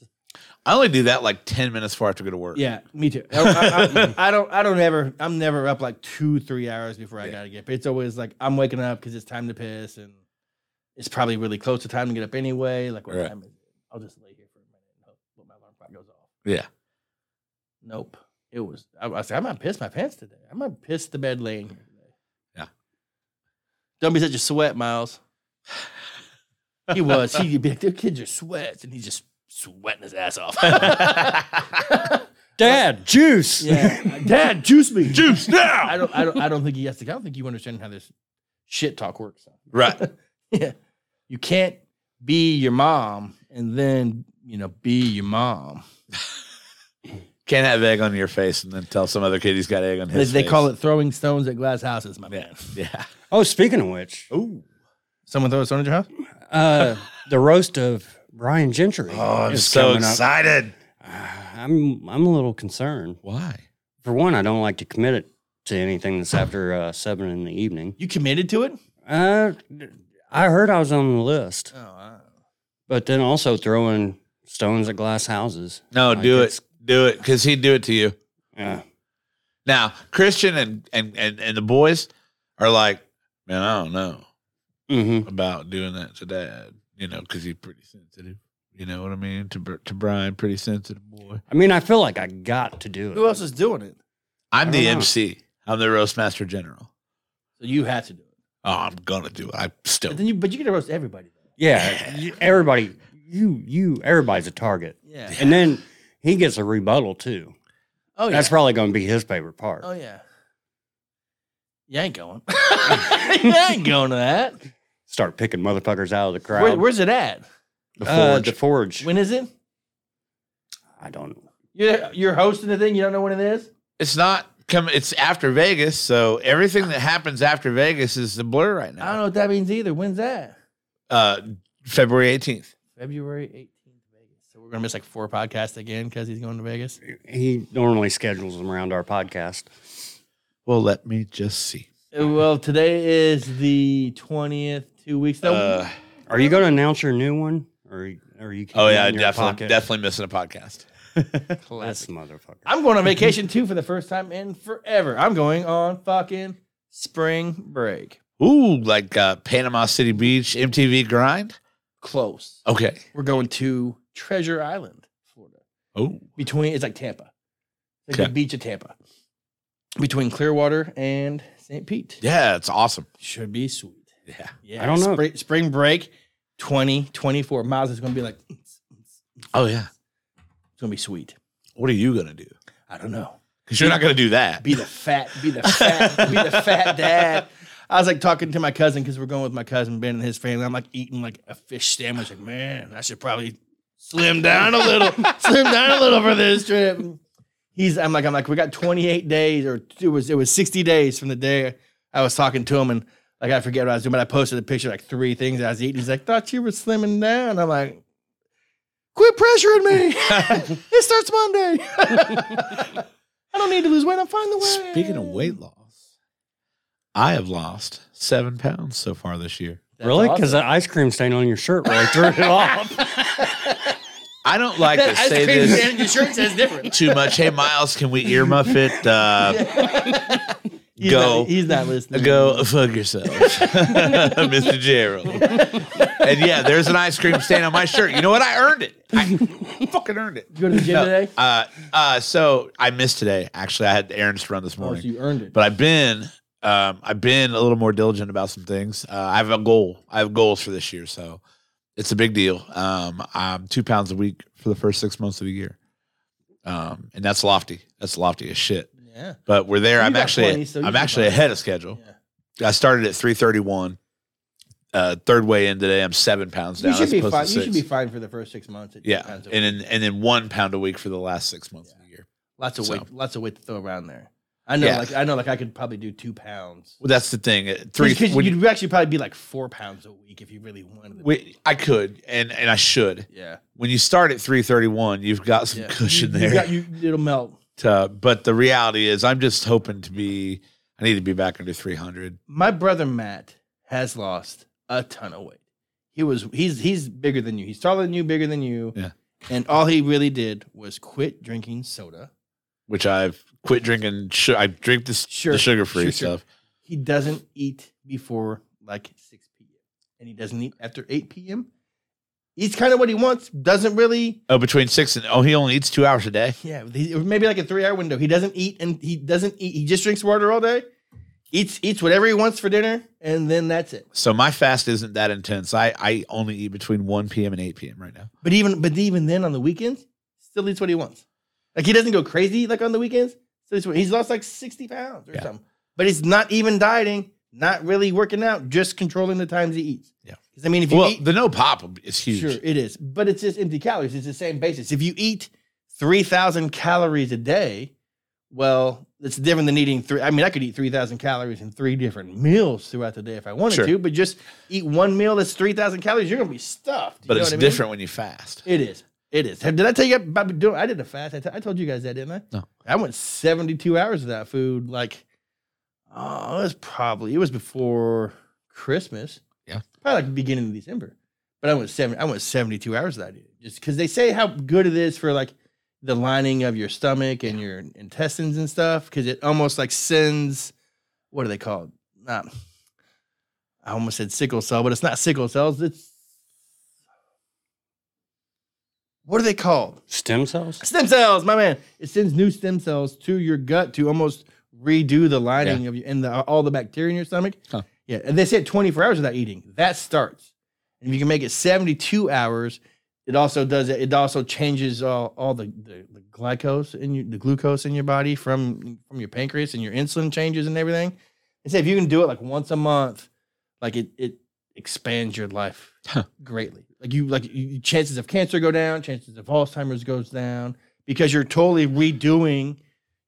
B: I only do that like ten minutes before I have to go to work.
C: Yeah, me too. I, I- I- I don't. I don't ever. I'm never up like two, three hours before I
B: Yeah.
C: gotta get. up. It's always like I'm waking up because it's time to piss, and it's probably really close to time to get up anyway. Like what
B: Right.
C: time is it? I'll just lay here for a minute and hope when my alarm clock goes off.
B: Yeah.
C: Nope. It was. I, I said I might piss my pants today. I might piss the bed laying here today.
B: Yeah.
C: Don't be such a sweat, Miles. He was. He'd be like, "Their kids are sweats," and he's just sweating his ass off.
A: Dad, juice.
C: Yeah, Dad, juice me,
B: Juice
C: I
B: now.
C: don't, I don't, I don't think he has to. I don't think you understand how this shit talk works.
B: right.
C: yeah, you can't be your mom and then you know be your mom.
B: Can't have egg on your face and then tell some other kid he's got egg on
C: They,
B: his.
C: they
B: face.
C: call it throwing stones at glass houses, my man.
B: Yeah.
A: Oh, speaking of which,
B: Ooh.
C: Someone throw a stone at your house?
A: uh, the roast of Brian Gentry.
B: Oh, I'm
A: is
B: so
A: coming up. Uh,
B: excited.
A: I'm I'm a little concerned.
B: Why?
A: For one, I don't like to commit it to anything that's after uh, seven in the evening.
C: You committed to it?
A: Uh, I heard I was on the list,
C: Oh, wow.
A: but then also throwing stones at glass houses.
C: Oh,
B: No,
A: Like
B: do it.
A: it's-
B: Do it. Because he'd do it to you.
A: Yeah.
B: Now, Christian and, and, and, and the boys are like, man, I don't know
A: Mm-hmm.
B: about doing that to dad, you know, because he's pretty sensitive. You know what I mean? To, Br- to Brian, pretty sensitive boy.
A: I mean, I feel like I got to do it.
C: Who else is doing it?
B: I'm
A: I
B: the
A: don't know.
B: MC. I'm the roast master general.
C: So you had to do it.
B: Oh, I'm going to do it. I still.
C: But then you, but you get to roast everybody. Though.
A: yeah, you- everybody, you you everybody's a target,
C: Yeah.
A: and then he gets a rebuttal too.
C: Oh yeah.
A: That's probably going to be his favorite part.
C: oh yeah. You ain't going. you ain't going to that.
A: Start picking motherfuckers out of the crowd.
C: Where, where's it at?
A: the
B: Uh,
A: forge? the forge.
C: When is it?
A: I don't. know.
C: You're you're hosting the thing. You don't know when it is.
B: It's not coming. It's after Vegas. So everything that happens after Vegas is the blur right
C: I don't
B: now.
C: know what that means either. When's that?
B: Uh, February 18th.
C: February 18th, Vegas. So we're gonna miss like four podcasts again because he's going to Vegas.
A: He normally schedules them around our podcast.
B: Well, let me just see.
C: Uh, Well, today is the 20th. Two weeks. No,
B: Uh,
A: Are you going to announce your new one, or are you? keeping
B: Oh
A: it
B: yeah,
A: in your
B: definitely,
A: pocket?
B: definitely missing a podcast.
A: This motherfucker.
C: I'm going on vacation too for the first time in forever. I'm going on fucking spring break.
B: Ooh, like uh, Panama City Beach, MTV Grind.
C: Close.
B: Okay.
C: We're going to Treasure Island, Florida.
B: Oh,
C: Between it's like Tampa, like
B: Okay.
C: the beach of Tampa, between Clearwater and St. Pete.
B: yeah, it's awesome.
C: Should be sweet.
B: Yeah.
C: Yeah,
A: I don't know.
C: Spring, spring break 2024. Miles is going to be like, it's
B: Oh yeah.
C: going to be sweet.
B: What are you gonna do?
C: I don't know.
B: Because you're not gonna do that.
C: Be the fat, be the fat, be the fat dad. I was like talking to my cousin because we're going with my cousin Ben and his family. I'm like eating like a fish sandwich. Like, man, I should probably slim down a little, slim down a little for this trip. He's, I'm like, I'm like, we got 28 days, or it was, it was 60 days from the day I was talking to him, and like I forget what I was doing, but I posted a picture of, like three things that I was eating. He's like, thought you were slimming down. I'm like, quit pressuring me. it starts Monday. I don't need to lose weight. I'm fine the way.
B: Speaking of weight loss, I have lost seven pounds so far this year.
C: That's
A: really?
C: awesome.
A: Because that ice cream stain on your shirt really threw it off.
B: I don't like to
C: Ice
B: say
C: cream
B: this
C: stain on your shirt says different.
B: too much. Hey, Miles, can we earmuff it? Uh,
C: He's
B: Go.
C: Not, he's not listening.
B: Go fuck yourself, Mr. Gerald. and yeah, there's an ice cream stain on my shirt. You know what? I earned it. I fucking earned it.
C: You go to the gym
B: No,
C: today?
B: Uh, uh, so I missed today. Actually, I had errands to run this
C: Oh, so
B: morning.
C: you earned it.
B: but I've been um, I've been a little more diligent about some things. Uh, I have a goal. I have goals for this year, so it's a big deal. Um, I'm two pounds a week for the first six months of the year, um, and that's lofty. That's lofty as shit.
C: yeah.
B: But we're there.
C: You
B: I'm
C: got
B: actually
C: 20, so you
B: I'm
C: can
B: actually
C: buy it.
B: ahead of schedule. I started at 331. Uh, third way in today, I'm seven pounds down.
C: You should
B: as
C: be
B: opposed to
C: fine. You should
B: six.
C: be fine for the first six months. It
B: Yeah,
C: depends
B: and
C: on-
B: then and then one pound a week for the last six months of the year.
C: lots of
B: so.
C: weight, lots of weight to throw around there. I know,
B: Yeah.
C: like I know, like I could probably do two pounds.
B: Well, that's the thing. uh, Three.
C: Three, because
B: when-
C: you'd actually probably be like four pounds a week if you really wanted. To.
B: we- I could and and I should.
C: yeah,
B: when you start at 331 you've got some
C: yeah.
B: cushion
C: You- you
B: there
C: got- you- it'll melt.
B: to- but the reality is i'm just hoping to be i need to be back under 300
C: My brother Matt has lost a ton of weight. He was he's he's bigger than you. He's taller than you, bigger than you.
B: Yeah.
C: And all he really did was quit drinking soda.
B: which i've quit drinking su- i drink this
C: Sure,
B: the sugar free
C: sure, sure.
B: stuff
C: He doesn't eat before like 6 p.m. and he doesn't eat after 8 p.m. Eats kind of what he wants, doesn't really
B: oh between six and oh he only eats two hours a day
C: yeah, he- or maybe like a 3-hour window. He doesn't eat and he doesn't eat. He just drinks water all day. Eats eats whatever he wants for dinner and then that's it.
B: so my fast isn't that intense i i only eat between 1 p.m and 8 p.m right now
C: But even but even then on the weekends, still eats what he wants. Like he doesn't go crazy like on the weekends. So he's, he's lost like sixty pounds or
B: Yeah.
C: something. But he's not even dieting, not really working out, just controlling the times he eats.
B: Yeah.
C: because I mean, if you
B: well
C: eat,
B: the no pop is huge
C: sure it is, but it's just empty calories. It's the same basis. If you eat three thousand calories a day, well, it's different than eating three. I mean, I could eat three thousand calories in three different meals throughout the day if I wanted
B: Sure.
C: to. But just eat one meal that's three thousand calories, you're gonna be stuffed. You
B: but
C: know
B: it's
C: what I mean?
B: different when you fast
C: It is. It is. Have- Did I tell you about doing? I did a fast. I, t- I told you guys that, didn't I?
B: No.
C: I went seventy two hours without food. Like, oh, it was probably it was before Christmas.
B: Yeah.
C: probably like the beginning of December. But I went seven. I went seventy two hours without eating, just because they say how good it is for like the lining of your stomach and your intestines and stuff, because it almost like sends what are they called? Not. I almost said sickle cell, but it's not sickle cells. It's what are they called?
A: Stem cells?
C: Stem cells, my man. It sends new stem cells to your gut to almost redo the lining of you and the, all the bacteria in your stomach.
B: Huh.
C: Yeah, and they said 24 hours without eating. That starts. And if you can make it 72 hours, it also does it. It also changes all, all the, the, the glycose in you, the glucose in your body from from your pancreas and your insulin changes and everything. They say if you can do it like once a month, like it it expands your life
B: Huh.
C: greatly. Like you like you, chances of cancer go down, chances of Alzheimer's goes down because you're totally redoing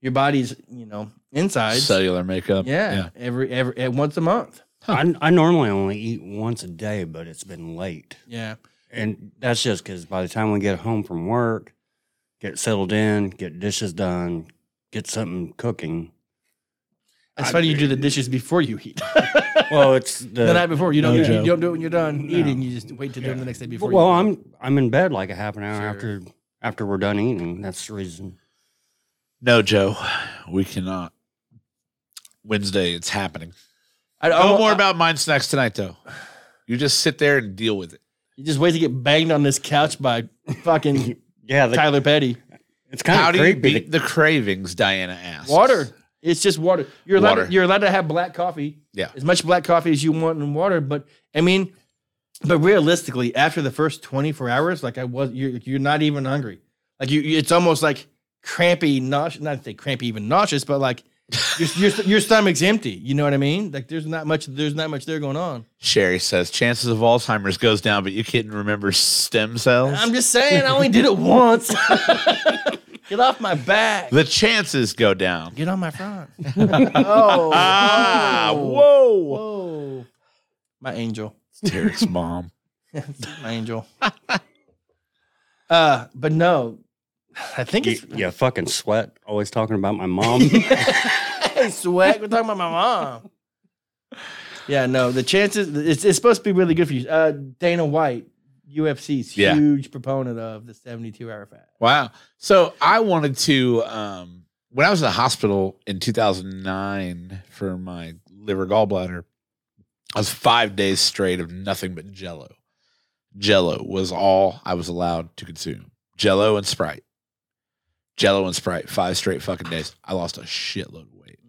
C: your body's you know insides.
B: cellular makeup
C: yeah, every every eh, once a month.
A: I, I normally only eat once a day, but it's been late.
C: Yeah,
A: And that's just because by the time we get home from work, get settled in, get dishes done, get something cooking.
C: it's
A: I-
C: funny you do the dishes before you eat.
A: Well, it's the,
C: the night before you don't
B: No
C: you
B: joke.
C: don't do it when you're done
A: No.
C: eating. You just wait to do it
A: Yeah.
C: the next day before.
A: well,
C: you eat.
A: I'm I'm in bed like a half an hour
C: Sure.
A: after after we're done eating. That's the reason.
B: no joe we cannot wednesday it's happening
C: I, I,
B: No
C: I-
B: more about mind snacks tonight, though. You just sit there and deal with it.
C: You just wait to get banged on this couch by fucking
A: Yeah, the,
C: Tyler Petty.
A: it's kind
B: How
A: of
B: do you
A: creepy.
B: beat the cravings? Diana asked.
C: Water. It's just water. You're allowed.
B: Water.
C: To, you're allowed to have black coffee.
B: Yeah.
C: As much black coffee as you want and water, but I mean, but realistically, after the first 24 hours, like I was, you're you're not even hungry. Like you, it's almost like crampy, nauseous. Not to say crampy, even nauseous, but like your, your, your stomach's empty. You know what I mean? Like there's not much. There's not much there going on.
B: Sherry says chances of Alzheimer's goes down, but you can't remember stem cells.
C: I'm just saying. I only did it once. Get off my back.
B: the chances go down.
C: Get on my front. oh.
B: Ah,
C: Whoa.
B: whoa.
C: Whoa. My angel.
B: Derek's mom.
C: My angel. uh, but no, I think
A: You,
C: it's
A: you fucking sweat always talking about my mom.
C: Hey, swag. We're talking about my mom. Yeah, no, the chances it's, it's supposed to be really good for you. Uh, Dana White, UFC's
B: Yeah.
C: huge proponent of the 72 hour fast.
B: Wow. So I wanted to, um, when I was in the hospital in 2009 for my liver gallbladder, I was five days straight of nothing but jello. Jello was all I was allowed to consume. Jello and Sprite. Jello and Sprite, five straight fucking days. I lost a shitload of weight.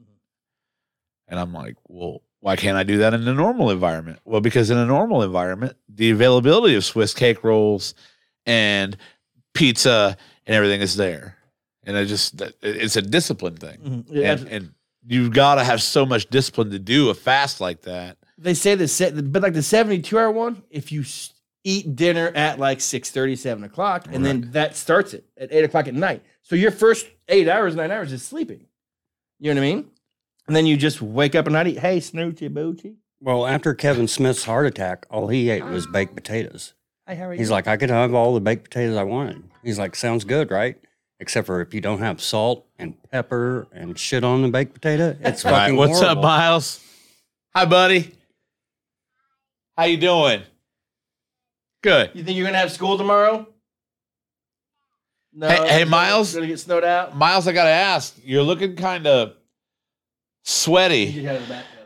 B: And I'm like, well, why can't I do that in a normal environment? Well, because in a normal environment, the availability of Swiss cake rolls and pizza and everything is there. And I just, that- it's a discipline thing.
C: Mhm. Yeah,
B: And, and you've got to have so much discipline to do a fast like that.
C: they say the set, but like the 72 hour one, if you s- eat dinner at like 6 7 o'clock, and then that starts it at 8 o'clock at night. So your first eight hours, nine hours is sleeping. You know what I mean? And then you just wake up and not eat. Hey, Snooty Booty.
A: well, after Kevin Smith's heart attack, all he ate was baked potatoes.
C: Hey, how are you?
A: He's like, I could have all the baked potatoes I wanted. He's like, sounds good, right? Except for if you don't have salt and pepper and shit on the baked potato, it's
B: Right,
A: fucking
B: what's up,
A: horrible.
B: Miles? Hi, buddy. How you doing? Good.
C: You think you're gonna have school tomorrow? No.
B: Hey- hey, Miles?
C: Gonna get snowed out.
B: Miles, I got to ask, you're looking kind of
C: You
B: sweaty.
C: get out of the bathtub.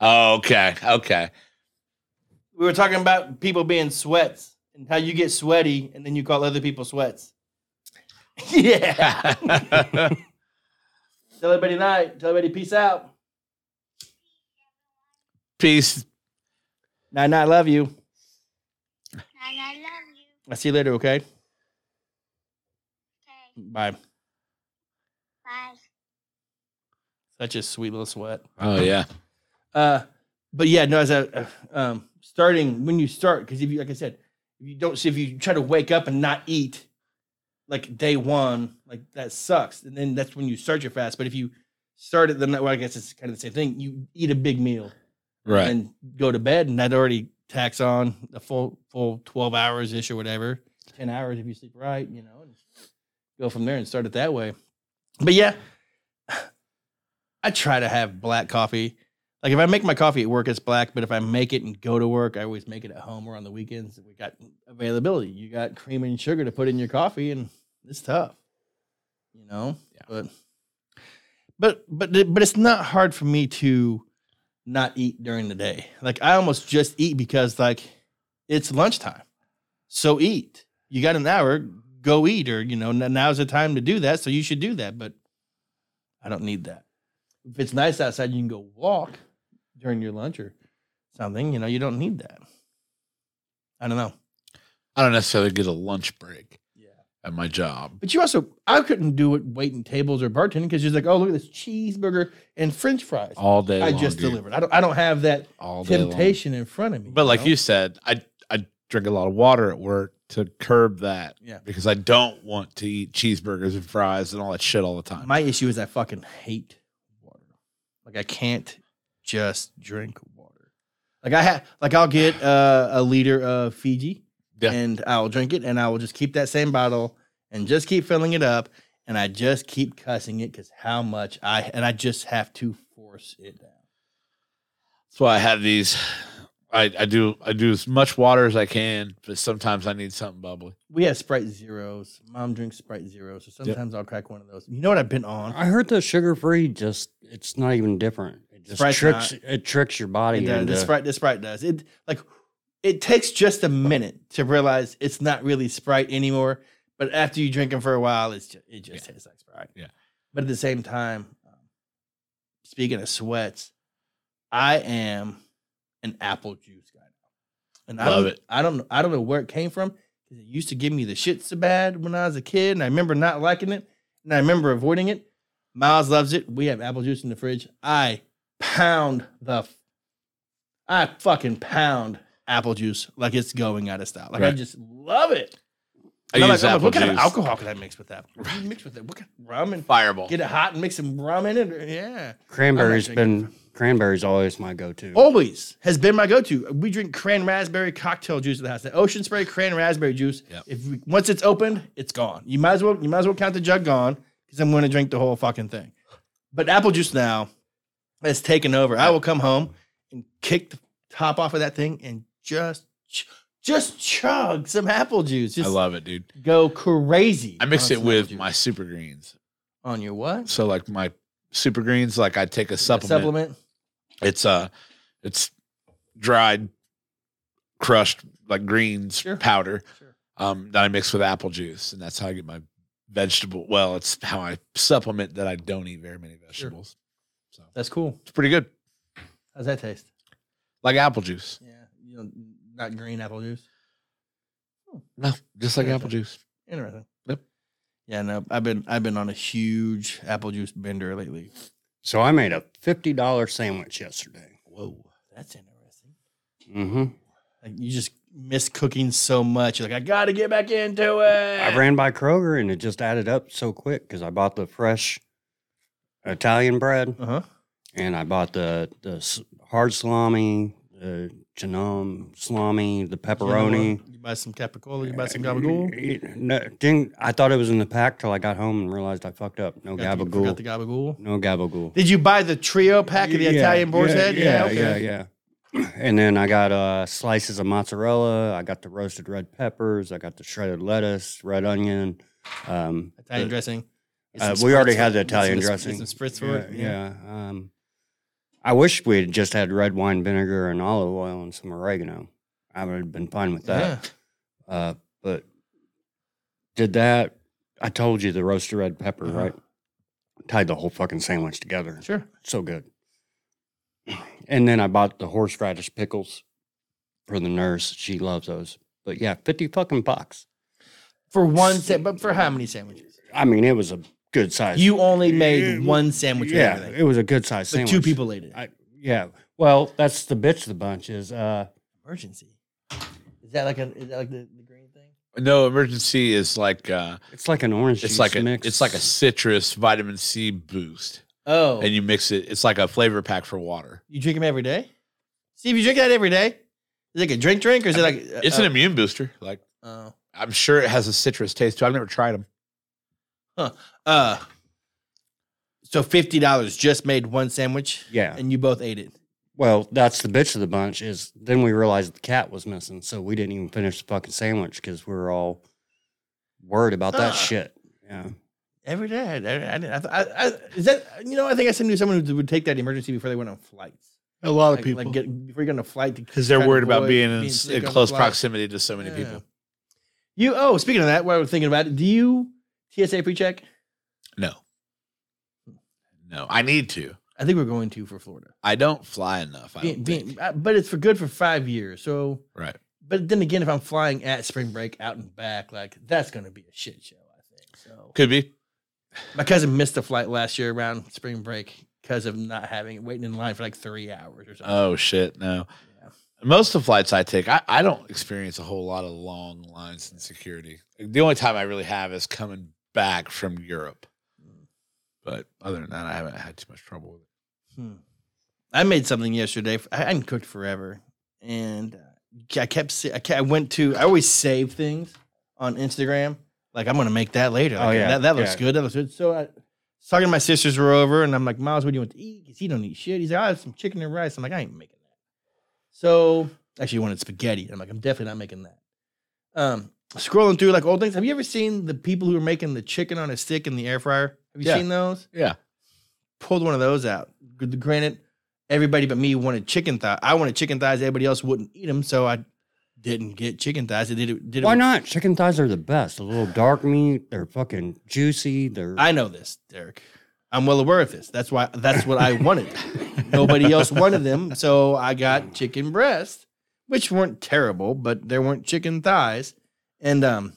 B: Oh, okay. Okay.
C: We were talking about people being sweats and how you get sweaty and then you call other people sweats. yeah. Tell everybody night. Tell everybody peace out.
B: Peace.
C: Night night. Love you.
D: And I love you.
C: I see you later. Okay.
D: Okay,
C: Bye.
D: bye.
C: Such a sweet little sweat.
B: Oh, yeah.
C: Uh, but yeah, no, as I uh, um, starting when you start, because if you, like I said, if you don't, see if you try to wake up and not eat like day one, like that sucks. And then that's when you start your fast. But if you start it, then that, well, I guess it's kind of the same thing. You eat a big meal
B: Right.
C: and go to bed, and that already tacks on the full, full 12 hours ish or whatever, 10 hours if you sleep right, you know, and go from there and start it that way. But yeah, I try to have black coffee. Like if I make my coffee at work, it's black. But if I make it and go to work, I always make it at home or on the weekends. We got availability. You got cream and sugar to put in your coffee, and it's tough, you know. But but but th- but it's not hard for me to not eat during the day. Like I almost just eat because like it's lunchtime, so eat. You got an hour, go eat, or you know n- now's the time to do that. So you should do that. But I don't need that if it's nice outside, you can go walk during your lunch or something. You know, you don't need that. I don't know.
B: I don't necessarily get a lunch break
C: Yeah.
B: at my job.
C: But you also, I couldn't do it waiting tables or bartending because you're like, oh, look at this cheeseburger and French fries.
B: All day
C: I
B: long,
C: just
B: dude.
C: delivered. I don't. I don't have that
B: All day long.
C: temptation in front of me.
B: But like
C: know?
B: you said, I I drink a lot of water at work to curb that.
C: Yeah.
B: Because I don't want to eat cheeseburgers and fries and all that shit all the time.
C: my issue is I fucking hate water. Like I can't just drink water. Like I have, like I'll get uh, a liter of Fiji,
B: Yeah.
C: and I'll drink it, and I will just keep that same bottle and just keep filling it up, and I just keep cussing it because how much I and I just have to force it down.
B: So I have these. I, I do I do as much water as I can, but sometimes I need something bubbly.
C: We have Sprite Zeros. Mom drinks Sprite Zeros, so sometimes I'll crack one of those. You know what I've been on?
A: I heard the sugar free just it's not even different. It just
C: Sprite's
A: tricks it tricks your body
C: It does.
A: into
C: The Sprite, the Sprite does. It like it takes just a minute to realize it's not really Sprite anymore. But after you drink them for a while, it's just, it just tastes like Sprite.
B: Yeah.
C: But at the same time, um, speaking of sweats, I am an apple juice guy now, and I
B: Love
C: don't,
B: it.
C: I don't I don't know where it came from. It used to give me the shit so bad when I was a kid, and I remember not liking it, and I remember avoiding it. Miles loves it. We have apple juice in the fridge. I pound the, f- I fucking pound apple juice like it's going out of style. Like I
B: Right.
C: just love it.
B: I
C: And I'm
B: use
C: like, I'm like,
B: apple
C: what kind
B: juice.
C: of alcohol could I mix with that? What do you mix with it? What kind of rum and
B: Fireball.
C: get it hot and mix some rum in it? Yeah.
A: Cranberry's
C: I'm not drinking
A: been cranberry's always my go-to.
C: Oh. Always has been my go-to. We drink cran raspberry cocktail juice at the house. The ocean spray cran raspberry juice.
B: Yep.
C: If we, once it's opened, it's gone. You might as well you might as well count the jug gone because I'm going to drink the whole fucking thing. But apple juice now has taken over. I will come home and kick the top off of that thing and just ch- just chug some apple juice.
B: I
C: Just
B: love it, dude.
C: go crazy.
B: I mix
C: on
B: it
C: some apple
B: with
C: juice.
B: my super greens.
C: on your what
B: So like my super greens, like I take a supplement.
C: supplement.
B: It's uh it's dried, crushed like greens
C: Sure.
B: powder.
C: Sure.
B: Um, that I mix with apple juice, and that's how I get my vegetable. Well, it's how I supplement that I don't eat very many vegetables. So
C: That's cool.
B: it's pretty good,
C: How's that taste?
B: like apple juice.
C: Yeah, you know, not green apple juice.
B: No, just like
C: Gotcha.
B: apple juice.
C: Interesting.
B: Yep.
C: Yeah, no, I've been I've been on a huge apple juice bender lately.
A: So I made a fifty dollar sandwich yesterday.
C: Whoa, that's interesting.
A: Mm-hmm.
C: Like you just miss cooking so much. You're like, I gotta get back into it.
A: I ran by Kroger and it just added up so quick because I bought the fresh Italian bread
C: Uh huh.
A: and I bought the the s- hard salami, the Genome salami, the pepperoni.
C: You buy some capicola. You buy some gabagool.
A: No, didn't, I thought it was in the pack till I got home and realized I fucked up. No
C: Forgot the- forgot
A: gabagool.
C: the gabagool.
A: No gabagool.
C: Did you buy the trio pack of the
A: Yeah,
C: Italian boar's
A: yeah,
C: head?
A: Yeah, yeah, yeah. And then I got uh, slices of mozzarella. I got the roasted red peppers. I got the shredded lettuce, red onion. Um,
C: Italian
A: the-
C: dressing. Get
A: uh,
C: some
A: we already
C: spritz
A: had
C: for-
A: the
C: get some-
A: Italian
C: get
A: dressing.
C: Some spritz for
A: yeah,
C: it.
A: Yeah. Um, I wish we had just had red wine vinegar and olive oil and some oregano. I would have been fine with that.
C: Yeah.
A: Uh, but did that? I told you the roasted red pepper,
C: Uh-huh.
A: right? Tied the whole fucking sandwich together.
C: Sure.
A: So good. And then I bought the horseradish pickles for the nurse. She loves those. But yeah, fifty fucking bucks.
C: For one set, but for how many sandwiches?
A: I mean, it was a good size.
C: You only
A: Yeah,
C: made one sandwich.
A: yeah,
C: with everything.
A: it was a good size
C: But
A: sandwich.
C: two people ate it.
A: I, yeah. Well, that's the bitch of the bunch is uh
C: Emergency. Is that like a? Is that like the, the green thing?
B: No, emergency is like uh
A: it's like an orange
B: it's
A: juice
B: like a
A: mix.
B: it's like a citrus vitamin C boost,
C: Oh,
B: and
C: you,
B: you mix it. It's like a flavor pack for water.
C: drink them every day. See if you drink that every day. Is it like a drink drink or is it like? uh,
B: It's an immune booster. Like
C: Oh.
B: I'm sure it has a citrus taste too. I've never tried them.
C: Uh. So fifty dollars just made one sandwich,
A: yeah.
C: and you both ate it.
A: Well, that's the bitch of the bunch is then we realized the cat was missing, so we didn't even finish the fucking sandwich because we were all worried about
C: Ah.
A: that shit. Yeah.
C: Every day, I, I, I, I, I, is that you know? I think I said knew someone who would take that emergency before they went on flights.
B: A lot
C: Like, like get, before you get on a flight to
B: because they're
C: try to
B: worried about
C: avoid
B: being in,
C: being
B: s-
C: sick
B: in
C: on the
B: close
C: fly.
B: proximity to so many
C: Yeah.
B: people.
C: You oh, speaking of that, while we're thinking about it, do you TSA pre-check?
B: No, no, I need to.
C: I think we're going to for Florida.
B: I don't fly enough. I
C: Being-
B: don't
C: being-
B: think.
C: uh, but it's for good for five years. So,
B: Right.
C: but then again, if I'm flying at spring break out and back, like that's going to be a shit show. I think so.
B: Could be.
C: My cousin missed a flight last year around spring break because of not having waiting in line for like three hours or something.
B: Oh shit, no.
C: Yeah.
B: Most of the flights I take, I, I don't experience a whole lot of long lines in security. The only time I really have is coming back from Europe. Hmm. But other than that, I haven't had too much trouble with it.
C: Hmm. I made something yesterday. f- I hadn't cooked forever, and uh, I kept. sa- I, kept, I went to. I always save things on Instagram. Like I'm gonna make that later.
A: Oh,
C: Like,
A: yeah,
C: that, that looks
A: yeah.
C: good. That looks good. So I was talking to my sisters who were over, and I'm like, Miles, what do you want to eat? Because he don't eat shit. He's like, I have some chicken and rice. I'm like, I ain't making that. So actually, he wanted spaghetti. I'm like, I'm definitely not making that. Um, scrolling through like old things. Have you ever seen the people who are making the chicken on a stick in the air fryer? Have you
B: Yeah.
C: seen those?
B: Yeah.
C: pulled one of those out. Gr- Granted, everybody but me wanted chicken thigh. I wanted chicken thighs. Everybody else wouldn't eat them, so I didn't get chicken thighs. I did it. Did it
A: Why
C: with-
A: not? Chicken thighs are the best. A little dark meat. They're fucking juicy. They're
C: I know this, Derek. I'm well aware of this. That's why. That's what I wanted. Nobody else wanted them, so I got chicken breasts, which weren't terrible, but there weren't chicken thighs. And um,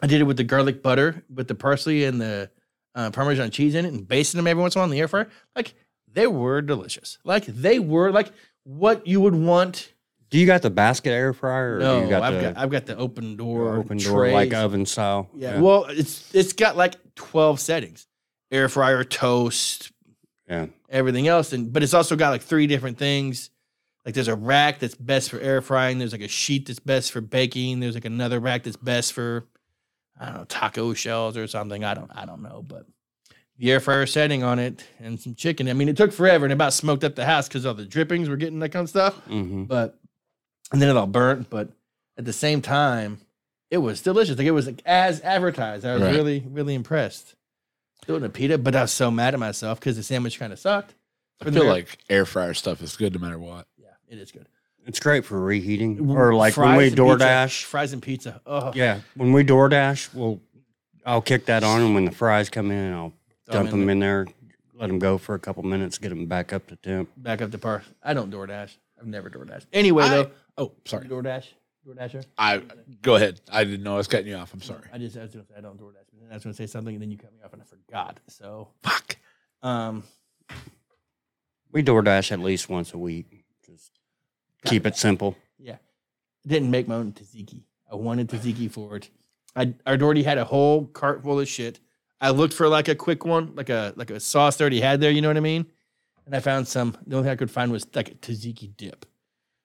C: I did it with the garlic butter, with the parsley and the uh, Parmesan cheese in it and basting them every once in a while in the air fryer. Like they were delicious. Like they were like what you would want.
A: Do you got the basket air fryer? Or do
C: No,
A: you got
C: I've
A: the
C: got I've got the open door,
A: open door
C: trays.
A: like oven style?
C: Yeah. Well, it's it's got like twelve settings: air fryer, toast,
A: Yeah.
C: everything else. And but it's also got like three different things. Like there's a rack that's best for air frying. There's like a sheet that's best for baking. There's like another rack that's best for I don't know taco shells or something. I don't I don't know, but. The air fryer setting on it and some chicken. I mean, it took forever and about smoked up the house because all the drippings were getting that kind of stuff
A: hmm
C: but and then it all burnt. But at the same time, it was delicious. Like it was like, as advertised. I was
B: Right.
C: really, really impressed doing a pita, but I was so mad at myself because the sandwich kind of sucked.
B: I feel like air fryer stuff is good no matter what.
C: yeah, it is good.
A: It's great for reheating or like when we
C: and pizza.
A: DoorDash.
C: fries and pizza. Oh,
A: Yeah, when we DoorDash, we'll I'll kick that on, and when the fries come in, I'll
C: Throw 'em
A: dump them in there, let them go for a couple minutes, get them back up to temp.
C: Back up to par. I don't DoorDash. I've never DoorDash. Anyway,
B: I-
C: though. Oh,
B: sorry.
C: DoorDash. DoorDasher.
B: I go ahead. I didn't know I was cutting you off. I'm sorry.
C: I just I was gonna say I don't DoorDash, but then I was gonna say something and then you cut me off and I forgot. So
B: Fuck.
C: um
A: We DoorDash at least once a week. Just keep it simple.
C: didn't make my own tzatziki. I wanted tzatziki for it. I I'd already had a whole cart full of shit. I looked for like a quick one, like a like a sauce they already had there. You know what I mean? And I found some. The only thing I could find was like a tzatziki dip.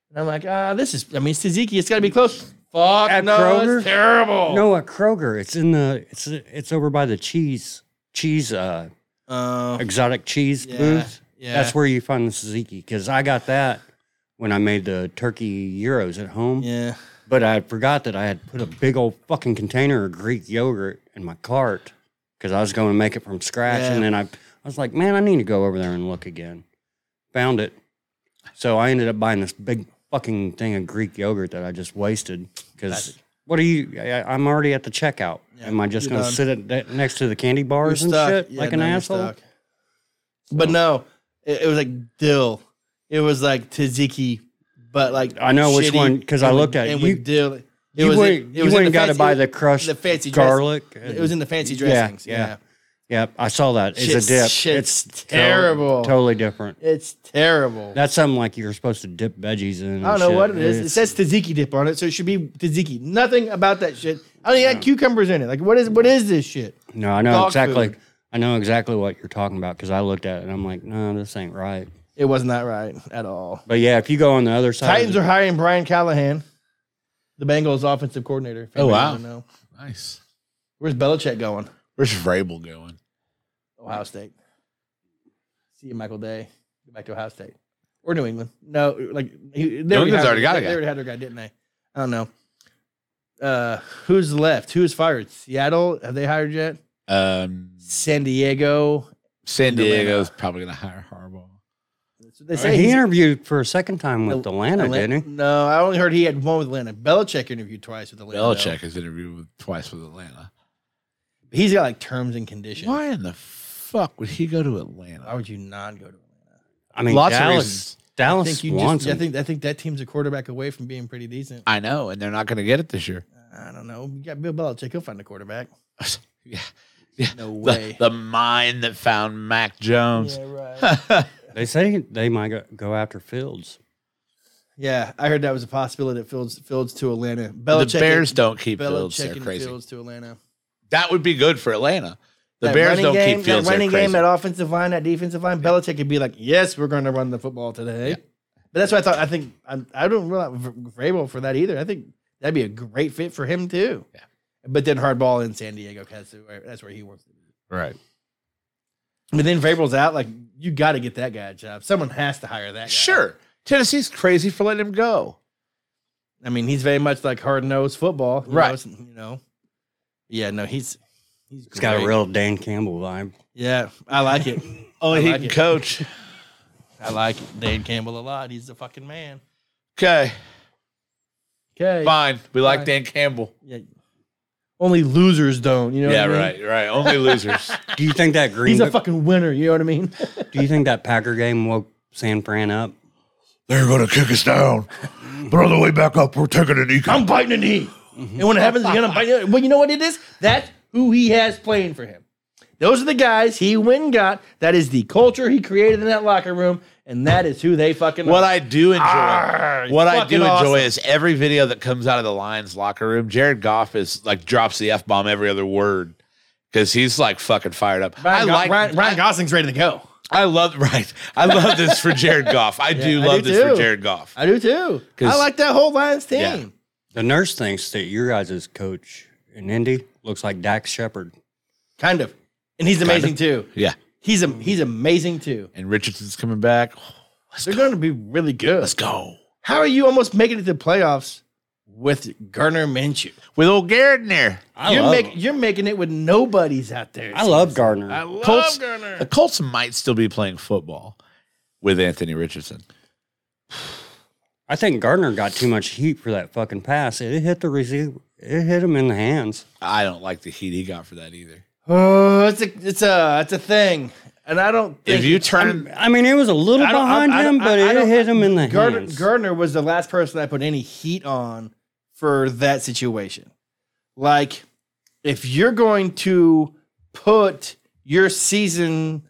C: And I'm like, ah, this is. I mean, it's tzatziki. It's got to be close. Fuck
A: At
C: no,
A: Kroger?
C: it's terrible.
A: No, at Kroger, it's in the it's it's over by the cheese cheese uh
C: Uh,
A: exotic cheese
C: yeah,
A: booth.
C: yeah.
A: That's where you find the Suzuki because I got that when I made the turkey euros at home.
C: yeah.
A: But I forgot that I had put a big old fucking container of Greek yogurt in my cart because I was going to make it from scratch. And
C: Yeah.
A: then I, I was like, man, I need to go over there and look again. Found it. So I ended up buying this big fucking thing of Greek yogurt that I just wasted because. What are you? I, I'm already at the checkout.
C: Yeah,
A: Am I just
C: you're
A: going to
C: done.
A: sit at, that- next to the candy bars
C: You're
A: and
C: stuck.
A: shit
C: Yeah,
A: like an
C: no, you're
A: asshole?
C: stuck. But no, it, it was like dill. It was like tzatziki, but like
A: I know which
C: shitty
A: one, 'cause I
C: and with-
A: looked at it.
C: and
A: You-
C: with dill. It
A: You
C: was
A: went,
C: it
A: you
C: was
A: went
C: in
A: and got
C: fancy-
A: to buy the crushed
C: the fancy dress-
A: garlic.
C: It was in the fancy
A: Yeah,
C: dressings. Yeah,
A: yeah. Yep, I saw that. It's
C: Shit's-
A: a dip.
C: shit's
A: It's to-
C: terrible.
A: totally different.
C: it's terrible.
A: That's something like you're supposed to dip veggies in. and
C: I don't know
A: shit.
C: what it is. It
A: It's-
C: says tzatziki dip on it, so it should be tzatziki. Nothing about that shit. I don't even got cucumbers in it. Like, what is what is this shit?
A: no, I know
C: dog
A: exactly.
C: food.
A: I know exactly what you're talking about because I looked at it and I'm like, no, this ain't right.
C: It was not right at all.
A: But yeah, if you go on the other side,
C: Titans are
A: of
C: hiring Brian Callahan, the Bengals offensive coordinator. if
B: Oh,
C: anybody
B: wow.
C: wanna Know.
B: Nice.
C: Where's Belichick going?
B: Where's Vrabel going?
C: Ohio State. See you, Michael Day. Go back to Ohio State or New England. No, like he, they
B: England's
C: had-
B: already got a
C: They
B: guy.
C: already had their guy, didn't they? I don't know. Uh, who's left? Who's fired? Seattle? Have they hired yet?
B: Um,
C: San Diego.
B: San
C: Atlanta.
B: Diego's probably going to hire Harbaugh.
C: That's what they
A: the,
C: say.
A: he
C: He's-
A: interviewed for a second time with Atlanta,
C: Atlan-
A: didn't he?
C: No, I only heard he had one with Atlanta. Belichick interviewed twice with Atlanta. though.
B: Belichick has interviewed with, twice with Atlanta.
C: He's got like terms and conditions.
B: Why in the fuck would he go to Atlanta?
C: Why would you not go to Atlanta?
A: I mean,
B: Lots of
A: Dallas.
B: reasons.
A: Dallas
C: I think you
A: wants
C: just. I
A: him.
C: think I think that team's a quarterback away from being pretty decent.
B: I know, and they're not going to get it this year.
C: I don't know. You got Bill Belichick. He'll find a quarterback.
B: yeah.
C: No
B: The,
C: way.
B: the mind that found Mac Jones.
C: yeah, right.
A: they say they might go, go after Fields.
C: Yeah, I heard that was a possibility that Fields Fields to Atlanta.
B: the
C: Belichick
B: Bears don't keep
C: Belichick
B: Fields. They're
C: and
B: crazy.
C: Fields to Atlanta.
B: That would be good for Atlanta. The
C: That
B: Bears
C: running
B: don't
C: game,
B: keep Fields.
C: That
B: They're
C: running game,
B: crazy.
C: that offensive line, that defensive line. Belichick could be like, "Yes, we're going to run the football today."
B: Yeah.
C: But that's what I thought. I think I'm, I don't rule out V- Vrabel for that either. I think that'd be a great fit for him too.
B: Yeah.
C: But then hardball in San Diego, 'cause that's where, that's where he wants to be.
B: Right.
C: But then Vrabel's out. Like you got to get that guy a job. Someone has to hire that guy.
B: Sure. Tennessee's crazy for letting him go.
C: I mean, he's very much like hard nosed football, you
B: Right.
C: know, it's- you know, yeah, no, he's he's
A: It's got a
C: great.
A: real Dan Campbell vibe.
C: yeah. I like it.
B: Only
C: Oh, I
B: he
C: like
B: can
C: it.
B: coach.
C: I like Dan Campbell a lot. He's the fucking man.
B: Okay.
C: Okay,
B: Fine. We like
C: Fine.
B: Dan Campbell.
C: yeah. only losers don't. You know,
B: yeah,
C: what I mean?
B: right, right. Only losers.
A: Do you think that Green?
C: He's a
A: Bay-
C: fucking winner. You know what I mean?
A: do you think that Packer game woke San Fran up?
E: They're going to kick us down. But on the way back up, we're taking a knee.
C: I'm biting a knee, and when it happens again, I'm biting. Well, you know what it is? That's who he has playing for him. Those are the guys he went and got. That is the culture he created in that locker room, and that is who they fucking
B: What I do enjoy,
C: Arr,
B: what I
C: fucking
B: do enjoy
C: awesome.
B: is every video that comes out of the Lions locker room. Jared Goff is like drops the f bomb every other word because he's like fucking fired up.
C: Ryan
B: I
C: Go-
B: like
C: Ryan- Ryan
B: I-
C: Gosling's ready to go.
B: I love right. I love this for Jared Goff. I do
C: I
B: love
C: do
B: this
C: too.
B: for Jared Goff.
C: I do too.
B: 'Cause-
C: I like that whole Lions team.
B: Yeah.
A: The nurse thinks that your guys' coach in Indy looks like Dax Shepard.
C: Kind of. And he's amazing too.
B: yeah,
C: He's a, he's amazing too.
B: and Richardson's coming back.
C: They're going to be really good.
B: Let's go
C: How are you almost making it to the playoffs with Gardner Minshew?
B: with old Garrett in there.
A: I
C: you're,
A: love
C: make-
A: him.
C: you're making it with nobodies out there.
A: I love Gardner.
C: I love
B: Colts-
C: Gardner.
B: The Colts might still be playing football with Anthony Richardson.
A: I think Gardner got too much heat for that fucking pass. It hit the receiver. It hit him in the hands.
B: I don't like the heat he got for that either.
C: Oh, it's a it's a it's a thing, and I don't. Think
B: If you turn,
A: I mean, it was a little
C: I don't- I-
A: behind
C: I
A: him,
C: don't-
A: but
C: I- I
A: it
C: don't-
A: hit him in the
C: Gardner,
A: hands.
C: Gardner was the last person I put any heat on for that situation. Like, if you're going to put your season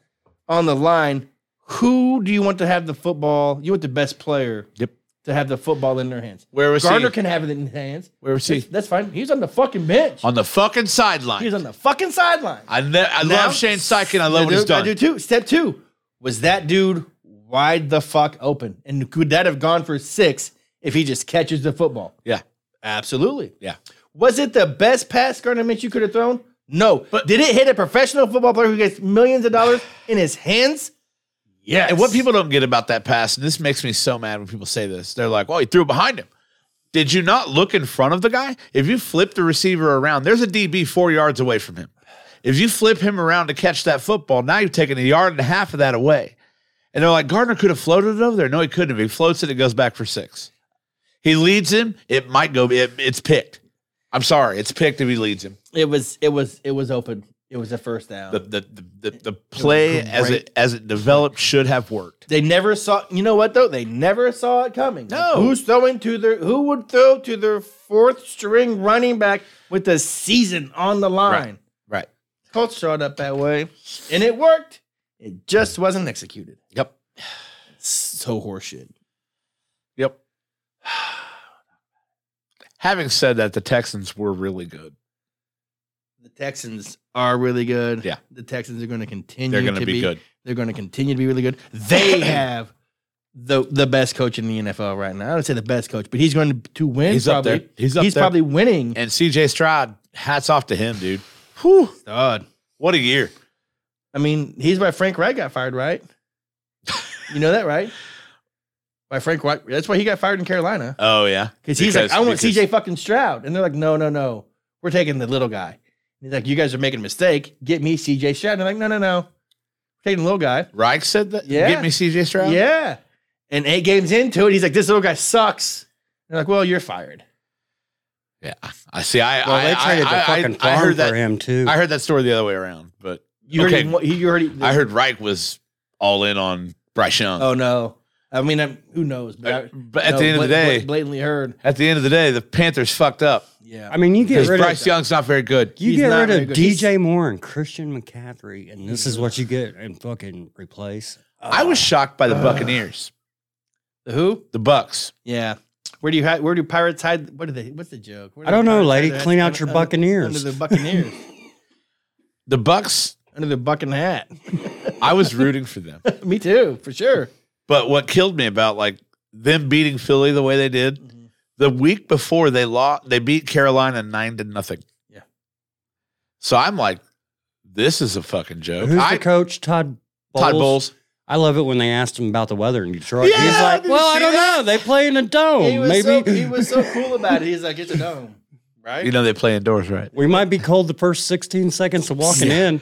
C: on the line, who do you want to have the football? You want the best player
B: Yep.
C: to have the football in their hands.
B: where was
C: Gardner
B: he?
C: can have it in his hands.
B: where was he?
C: That's fine. He's on the fucking bench.
B: On the fucking
C: He's
B: sideline.
C: on the fucking sideline.
B: I, ne- I
C: Now-
B: love Shane Steichen. I love
C: I
B: what
C: do,
B: he's done.
C: I do too. Step two was that dude wide the fuck open, and could that have gone for six if he just catches the football?
B: Yeah.
C: absolutely.
B: Yeah.
C: Was it the best pass Gardner Mitch you could have thrown? No. But did it hit a professional football player who gets millions of dollars in his hands? Yes.
B: And what people don't get about that pass, and this makes me so mad when people say this, they're like, "Well, he threw it behind him." Did you not look in front of the guy? If you flip the receiver around, there's a DB four yards away from him. If you flip him around to catch that football, now you've taken a yard and a half of that away. And they're like, Gardner could have floated it over there. No, he couldn't have. He floats it, it goes back for six. He leads him, it might go, it, it's picked. I'm sorry, it's picked if he leads him.
C: It was. It was. It was open. It was a first down.
B: The the the, the, the play as it as it developed should have worked.
C: They never saw. You know what though? They never saw it coming.
B: No.
C: who's throwing to their? Who would throw to their fourth string running back with the season on the line?
B: Right.
C: Colts showed up that way, and it worked. It just wasn't executed.
B: Yep.
C: So horseshit.
B: Yep. Having said that, the Texans were really good.
C: The Texans are really good.
B: Yeah.
C: the Texans are going to continue.
B: They're going
C: to
B: to be, good.
C: They're going to continue to be really good. They have. The, the best coach in the NFL right now. I would say the best coach, but he's going to win.
B: He's up
C: probably.
B: there. He's up there.
C: probably winning.
B: And CJ Stroud, hats off to him, dude. Whew,
C: God.
B: what a year.
C: I mean, he's why Frank Wright got fired, right? you know that, right? Why Frank Wright? That's why he got fired in Carolina
B: Oh, yeah.
C: because he's like,
B: Because-
C: I want
B: because-
C: CJ fucking Stroud, and they're like, No, no, no, we're taking the little guy. And he's like, You guys are making a mistake. Get me CJ Stroud. And they're like, No, no, no, we're taking the little guy.
B: Reich said that.
C: Yeah.
B: Get me CJ Stroud?
C: Yeah. And eight games into it, he's like, This little guy sucks. And they're like, Well, you're fired.
B: Yeah. I see. I,
A: well,
B: I,
A: they traded
B: I,
A: the
B: I-
A: fucking
B: I, I
A: farm
B: heard
A: for
B: that.
A: him too.
B: I heard that story the other way around, but
C: You
B: Okay.
C: already, you already.
B: I heard Reich was all in on Bryce Young.
C: Oh no. I mean, I'm, who knows? But, I-
B: but at
C: no,
B: the end of the
C: blat-
B: day,
C: blat- blatantly heard.
B: at the end of the day, the Panthers fucked up.
C: Yeah.
A: I mean, you get
B: Because
A: rid
B: Bryce
A: of
B: Young's not very good.
A: you
C: he's
A: get
C: not
A: rid
C: very
A: of
C: good.
A: DJ Moore and Christian McCaffrey, and this is what you get and fucking replace. Uh,
B: I was shocked by the
C: Ugh.
B: Buccaneers,
C: The who?
B: the Bucks.
C: Yeah. Where do you hide, where do pirates hide? What do they? What's the joke? Where do
A: I don't
C: the
A: know,
C: pirates
A: lady.
C: hide their-
A: Clean out your
C: under-
A: Buccaneers.
C: Under the Buccaneers,
B: The Bucks,
C: under the bucking hat.
B: I was rooting for them.
C: Me too, for sure.
B: But what killed me about like them beating Philly the way they did, the week before they lost, they beat Carolina nine to nothing.
C: Yeah.
B: So I'm like, this is a fucking joke.
A: Who's
B: I,
A: the coach? Todd Bowles?
B: Todd Bowles.
A: I love it when they asked him about the weather in Detroit.
B: Yeah,
A: He's
B: I
A: like,
B: didn't
A: "Well, I
B: see
A: don't
B: that."
A: know. They play in a
C: He
A: dome.
C: was
A: Oh, Maybe
C: so he was so cool about it. He's like, it's a dome, right?
B: You know they play indoors, right?
A: we might be cold the first 16 seconds of walking in."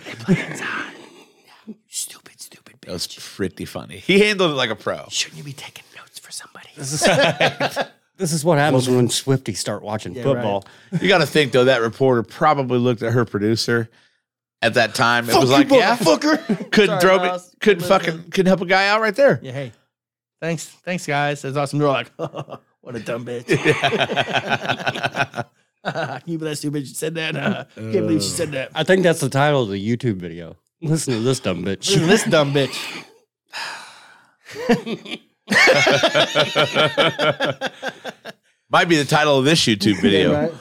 C: stupid, stupid
B: That was pretty funny. He handled it like a pro.
C: Shouldn't you be taking notes for somebody?
A: This is what happens when Swifties start watching
C: Yeah,
A: football.
B: You got to think though, that reporter probably looked at her producer at that time. It was
C: you,
B: like, yeah,
C: motherfucker. Sorry,
B: couldn't throw me,
C: Miles.
B: couldn't
C: Listen.
B: fucking, couldn't help a guy out right there.
C: Yeah. Hey, thanks, thanks, guys. That's awesome. They're like, what a dumb bitch. Can you believe that stupid bitch said that? Uh, can't believe she said that.
A: I think that's the title of the YouTube video. Listen to this dumb
C: Listen to
A: bitch.
C: this dumb bitch.
B: Might be the title of this YouTube video.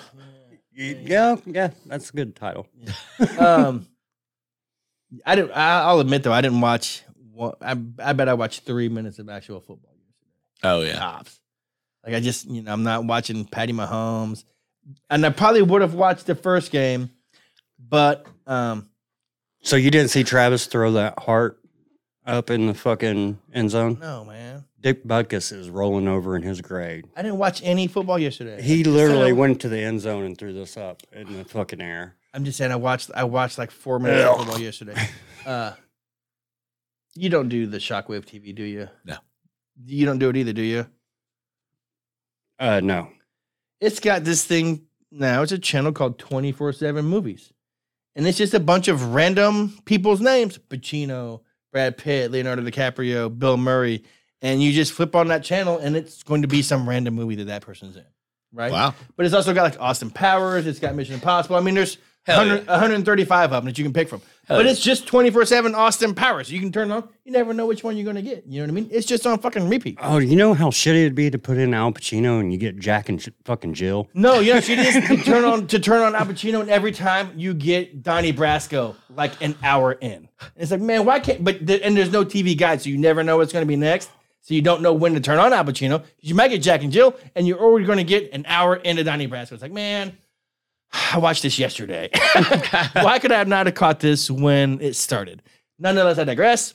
A: yeah, yeah, that's a good title.
C: um, I didn't. I, I'll admit though, I didn't watch. One, I I bet I watched three minutes of actual football.
B: Oh yeah.
C: Tops. Like I just, you know, I'm not watching Patty Mahomes, and I probably would have watched the first game, but um,
A: So you didn't see Travis throw that heart up in the fucking end zone?
C: no, man,
A: Dick Butkus is rolling over in his grave.
C: I didn't watch any football yesterday.
A: He
C: I-
A: literally went to the end zone and threw this up in the fucking air.
C: I'm just saying, I watched, I watched like four minutes of football yesterday. Uh, you don't do the shockwave TV, do you?
B: No.
C: you don't do it either, do you?
A: Uh, no.
C: it's got this thing now. It's a channel called 24 7 Movies. And it's just a bunch of random people's names Pacino, Brad Pitt, Leonardo DiCaprio, Bill Murray. And you just flip on that channel and it's going to be some random movie that that person's in. Right.
B: Wow.
C: But it's also got like Austin Powers. It's got Mission Impossible. I mean, there's
B: Hell
C: 100 135 of them that you can pick from. but it's just 24 7 Austin Powers. You can turn it on. You never know which one you're going to get. You know what I mean? It's just on fucking repeat.
A: Oh, you know how shitty it'd be to put in Al Pacino and you get Jack and sh- fucking Jill?
C: No, you know she just to turn on to turn on Al Pacino, and every time you get Donnie Brasco like an hour in. And it's like, man, why can't? But the, and there's no TV guide, so you never know what's going to be next. So you don't know when to turn on Al Pacino. You might get Jack and Jill, and you're already going to get an hour into Donnie Brasco. It's like, man, I watched this yesterday. why could I have not have caught this when it started? Nonetheless, I digress.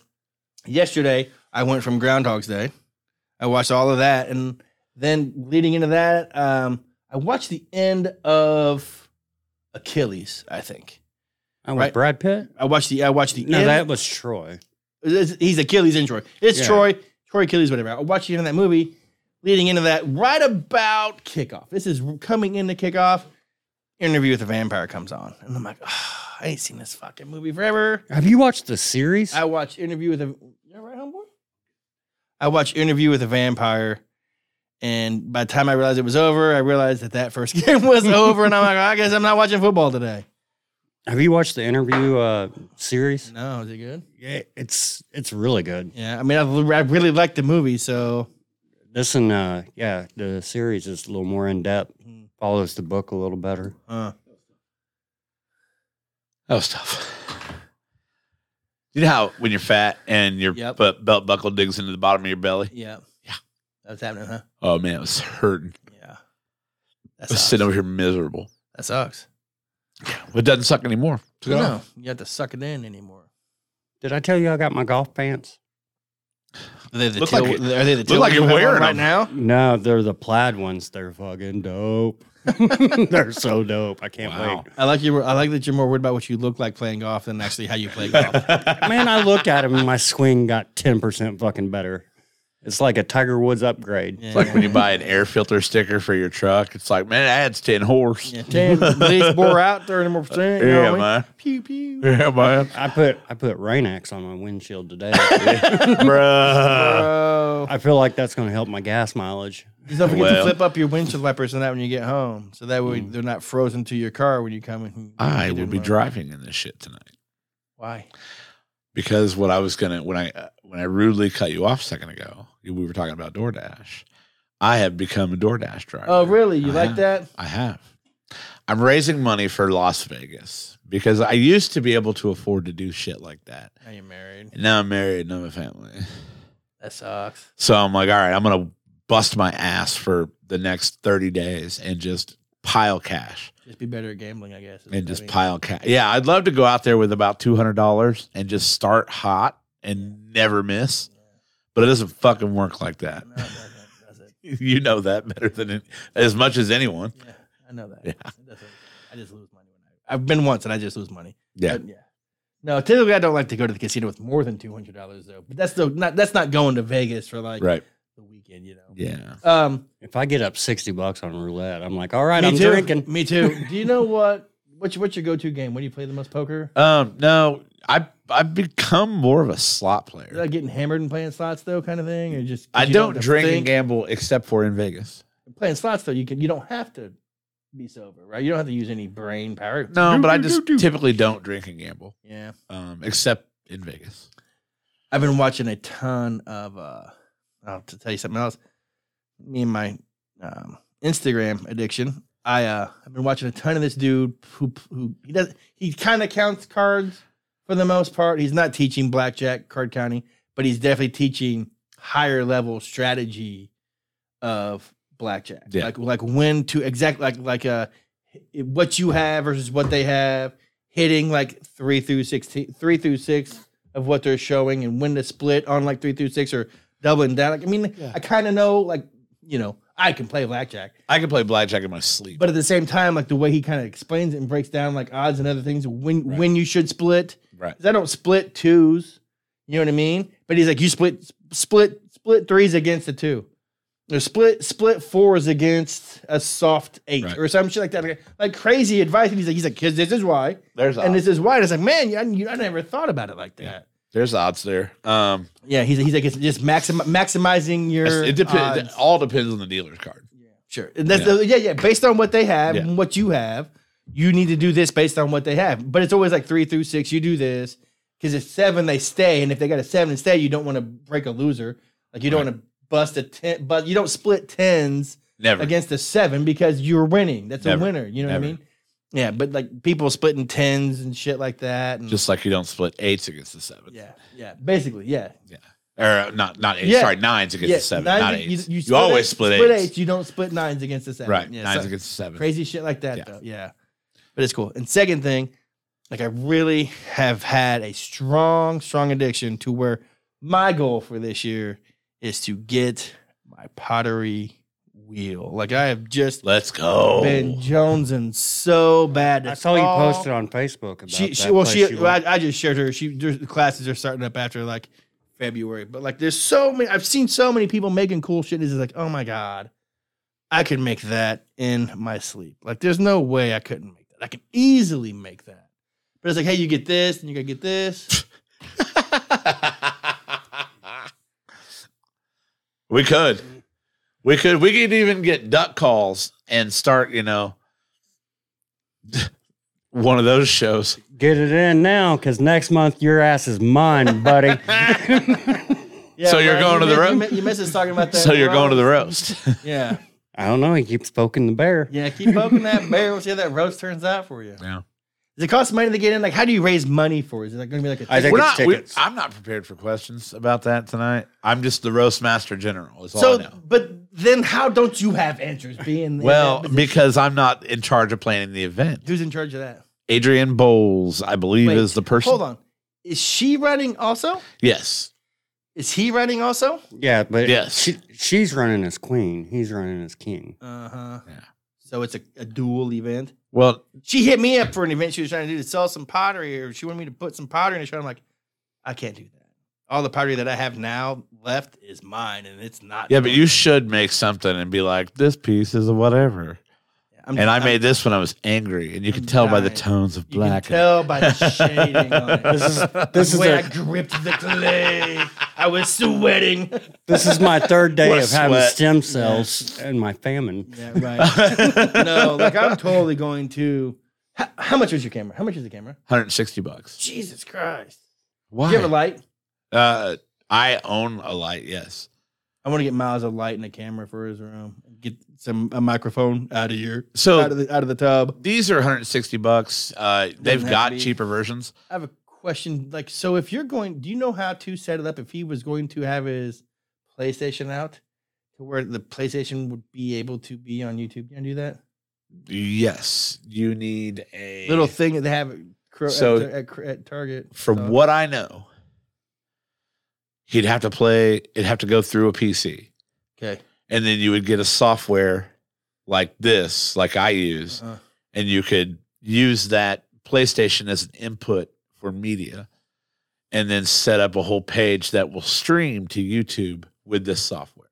C: Yesterday, I went from Groundhog's Day. I watched all of that, and then leading into that, um, I watched the end of Achilles. I think
A: Oh, with
C: Right.
A: Brad Pitt?
C: I watched the I watched the
A: No,
C: end.
A: that was Troy.
C: It's- he's Achilles in Troy. It's
A: Yeah.
C: Troy, Troy Achilles, whatever. I watched the end of that movie. Leading into that, right about kickoff. This is coming into kickoff. Interview with the vampire comes on, and I'm like, "Ah, I ain't seen this fucking movie forever.
A: Have you watched the series?
C: I watched Interview with a. You all right, homeboy? I watched Interview with a Vampire, and by the time I realized it was over, I realized that that first game was over, and I'm like, I guess I'm not watching football today.
A: Have you watched the interview uh, series?
C: No, is it good?
A: Yeah, it's it's really good.
C: Yeah, I mean, I, I really liked the movie, so
A: This and uh, yeah, the series is a little more in depth.
C: Mm.
A: Follows the book a little better.
C: uh,
B: That was tough. You know how when you're fat and your
C: Yep.
B: bu- belt buckle digs into the bottom of your belly?
C: yeah, yeah, that's happening, huh?
B: Oh man, it was hurting.
C: Yeah, that
B: I was
C: sucks.
B: sitting over here miserable.
C: That sucks.
B: It doesn't suck anymore. Took it off.
C: No, you have to suck it in anymore.
A: Did I tell you I got my golf pants?
C: Are they the
B: Look like
C: teal-
B: it-
C: are they the
B: look like
C: teal ones you
B: you're
C: have on
B: wearing
C: right
B: them.
C: now?
A: No, they're the plaid ones. They're fucking dope. they're so dope. I can't
B: Wow.
C: I like you. I like that you're more worried about what you look like playing golf than actually how you play golf.
A: wait. Man, I looked at them and my swing got 10% fucking better. It's like a Tiger Woods upgrade.
C: Yeah.
B: It's like when you buy an air filter sticker for your truck. It's like, man, that adds 10 horse.
C: Yeah, ten least bore out thirty more percent. You know
B: Yeah,
C: what I mean?
B: man.
C: Pew pew.
B: Yeah, man.
A: I put I put Rain-X on my windshield today.
B: Bruh.
C: Bro,
A: I feel like that's going to help my gas mileage.
C: just don't forget to
B: Well. Mm.
C: flip up your windshield wipers on that when you get home, so that way they're not frozen to your car when you come in.
B: I will be driving in this shit tonight.
C: Why?
B: because what I was gonna when I uh, when I rudely cut you off a second ago, we were talking about DoorDash. I have become a DoorDash driver.
C: Oh, really? You
B: I
C: like
B: have.
C: that?
B: I have. I'm raising money for Las Vegas because I used to be able to afford to do shit like that.
C: Now you're married.
B: And now I'm married and I'm a family.
C: That sucks.
B: So I'm like, all right, I'm gonna bust my ass for the next 30 days and just pile cash
C: Just be better at gambling, I guess. is
B: and
C: what I
B: just
C: mean.
B: pile cash. Yeah, I'd love to go out there with about two hundred dollars and just start hot and never miss. But it doesn't fucking work like that.
C: No, no, no, that's it.
B: you know that better than it, as much as anyone.
C: Yeah, I know that.
B: Yeah.
C: It doesn't- I just lose money when I. I've been once and I just lose money.
B: Yeah,
C: But yeah. No, typically I don't like to go to the casino with more than two hundred dollars though. But that's still not that's not going to Vegas for like
B: right.
C: the weekend, you know.
B: Yeah,
C: Um,
A: If I get up 60 bucks on roulette, I'm like, all right,
C: me
A: I'm
C: too.
A: drinking.
C: Me too. Do you know what? What's your, what's your go-to game? When do you play the most poker?
B: um, no, I I've become more of a slot
C: You're like
B: player.
C: getting hammered and playing slots though, kind of thing, or just 'cause
B: I
C: you
B: don't
C: have to
B: drink and
C: think?
B: gamble except for in Vegas.
C: Playing slots though, you can you don't have to be sober, right? You don't have to use any brain power.
B: No,
C: Do,
B: but I
C: do,
B: just
C: do, do.
B: typically don't drink and gamble,
C: yeah.
B: um, except in Vegas.
C: I've been watching a ton of uh I'll have to tell you something else. Me and my um, Instagram addiction. I uh I've been watching a ton of this dude who who he does he kind of counts cards for the most part. He's not teaching blackjack, card counting, but he's definitely teaching higher level strategy of blackjack.
B: Yeah.
C: Like like when to exactly like like uh what you have versus what they have, hitting like 3 through 16 3 through 6 of what they're showing and when to split on like three through six or doubling down. Like, I mean,
B: Yeah.
C: I kind of know, like, you know, I can play blackjack,
B: I can play blackjack in my sleep.
C: but at the same time, like the way he kind of explains it and breaks down like odds and other things, when
B: Right.
C: when you should split,
B: right.
C: 'Cause I don't split twos, you know what I mean? But he's like, you split split split threes against a two. Or split split fours against a soft eight
B: Right.
C: or some shit like that, like, like crazy advice. And he's like, he's like, "'Cause this is why,
B: There's odds.
C: and this is why. And it's like, man, you, I, you, I never thought about it like that.
B: Yeah. There's odds there. Um,
C: Yeah, he's, he's like it's just maxim- maximizing your.
B: it depends.
C: odds.
B: It all depends on the dealer's card.
C: Sure. And that's the- yeah. yeah, Based on what they have
B: Yeah.
C: and what you have, you need to do this based on what they have. But it's always like three through six. You do this because if seven, they stay, and if they got a seven and stay, you don't want to break a loser. Like you don't want to bust a ten, but you don't split tens
B: Never.
C: against a seven because you're winning. That's
B: Never.
C: a winner. You know what I
B: Never.
C: mean? Yeah, but like people splitting tens and shit like that. And,
B: Just like you don't split eights against the seven.
C: yeah, yeah, basically, yeah.
B: Or uh, not not eight.
C: Yeah.
B: Sorry, nines against the seven.
C: nines,
B: not
C: you-
B: eights.
C: You,
B: You,
C: you
B: always split,
C: split
B: eights.
C: You don't split nines against the seven.
B: Right.
C: Yeah,
B: nines
C: so-
B: against the seven.
C: crazy shit like that
B: Yeah.
C: though. Yeah. But it's cool. And second thing, like I really have had a strong, strong addiction to where my goal for this year is to get my pottery wheel. Like I have just
B: Let's go.
C: been jonesing so bad.
A: I
C: It's
A: saw you
C: all-
A: posted on Facebook about
C: she,
A: that
C: she well
A: place
C: she
A: you
C: well,
A: went.
C: I, I just shared her she there's- the classes are starting up after like february but like there's so many i've seen so many people making cool shit it's just like oh my god i could make that in my sleep like there's no way i couldn't make that i can easily make that but it's like hey you get this and you gotta get this
B: we could. We could. We could even get duck calls and start, you know, one of those shows.
A: Get it in now, because next month your ass is mine, buddy.
C: yeah
B: So you're
C: Brian,
B: going
C: you
B: to the
C: miss-
B: ro-
C: you, mi- you miss us talking about that
B: So you're going to the roast.
C: yeah
A: I don't know. He keeps poking the bear.
C: yeah keep poking that bear we'll see how that roast turns out for you
B: Yeah.
C: does it cost money to get in like how do you raise money for it is it like gonna be like a
A: I
C: thing?
A: think
B: We're
A: it's
B: not, we,
A: tickets.
B: I'm not prepared for questions about that tonight. I'm just the roast master general. Is all I
C: So,
B: know.
C: but then how don't you have answers being
B: Well,
C: in that position?
B: because I'm not in charge of planning the event.
C: who's in charge of that?
B: Adrian Bowles, I believe,
C: Wait,
B: is the person.
C: Hold on, is she running also?
B: Yes.
C: Is he running also?
A: Yeah, but
B: Yes.
A: she, she's running as queen. He's running as king.
C: Uh huh.
B: Yeah.
C: So it's a, a dual event.
B: Well,
C: She hit me up for an event she was trying to do to sell some pottery, or she wanted me to put some pottery in a show. I'm like, I can't do that. All the pottery that I have now left is mine, and it's not.
B: yeah, but
C: mine.
B: you should make something and be like, this piece is a whatever.
C: I'm-
B: and I
C: I'm-
B: made this when I was angry, and you
C: I'm
B: can tell by the
C: dying.
B: tones of
C: You can
B: black.
C: tell by the shading on it.
A: This is this
C: the
A: is
C: way
A: a-
C: I gripped the clay. I was sweating.
A: this is my third day
B: What a
A: of having
B: sweat.
A: stem cells and my famine.
C: Yeah, right. no, like I'm totally going to. How, how much was your camera? How much is the camera?
B: 160 bucks.
C: Jesus Christ! Do you have a
B: Why?
C: light?
B: Uh, I own a light. Yes.
C: I want to get Miles a light and a camera for his room. Get some a microphone out of your
B: So-
C: out of the out of the tub.
B: These are 160 bucks. Uh,
C: have
B: they've
C: to
B: got
C: be.
B: cheaper versions.
C: I have a question. Like, so if you're going, do you know how to set it up? If he was going to have his PlayStation out, to where the PlayStation would be able to be on YouTube, can I do that
B: Yes, you need a
C: little thing that they have at, Cro-
B: So-
C: at, at, at Target?
B: From
C: So-
B: what I know, he'd have to play. It'd have to go through a PC,
C: Okay.
B: and then you would get a software like this, like I use,
C: Uh-uh.
B: and you could use that PlayStation as an input for media and then set up a whole page that will stream to YouTube with this software.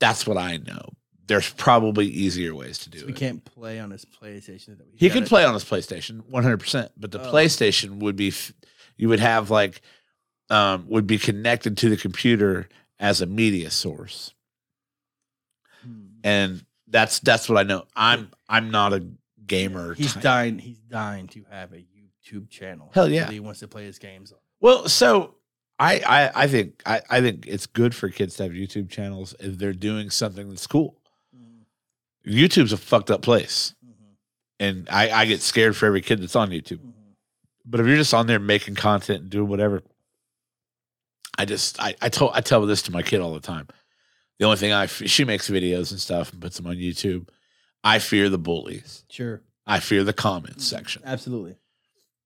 B: That's what I know. There's probably easier ways to do
C: So
B: it.
C: we can't play on his PlayStation. That we
B: He
C: got
B: could
C: it.
B: play on his PlayStation 100%, but the
C: Oh.
B: PlayStation would be f- you would have like um would be connected to the computer as a media source.
C: Hmm.
B: And That's that's what I know. I'm I'm not a gamer.
C: He's
B: type.
C: dying. He's dying to have a YouTube channel.
B: Hell yeah.
C: that He wants to play his games. on.
B: Well, so I, I I think I, I think it's good for kids to have YouTube channels if they're doing something that's cool. YouTube's a fucked up place. And I, I get scared for every kid that's on YouTube. But if you're just on there making content and doing whatever, I just I, I tell I tell this to my kid all the time. The only thing I f- she makes videos and stuff and puts them on YouTube. I fear the bullies.
C: Sure,
B: I fear the comments section
C: absolutely.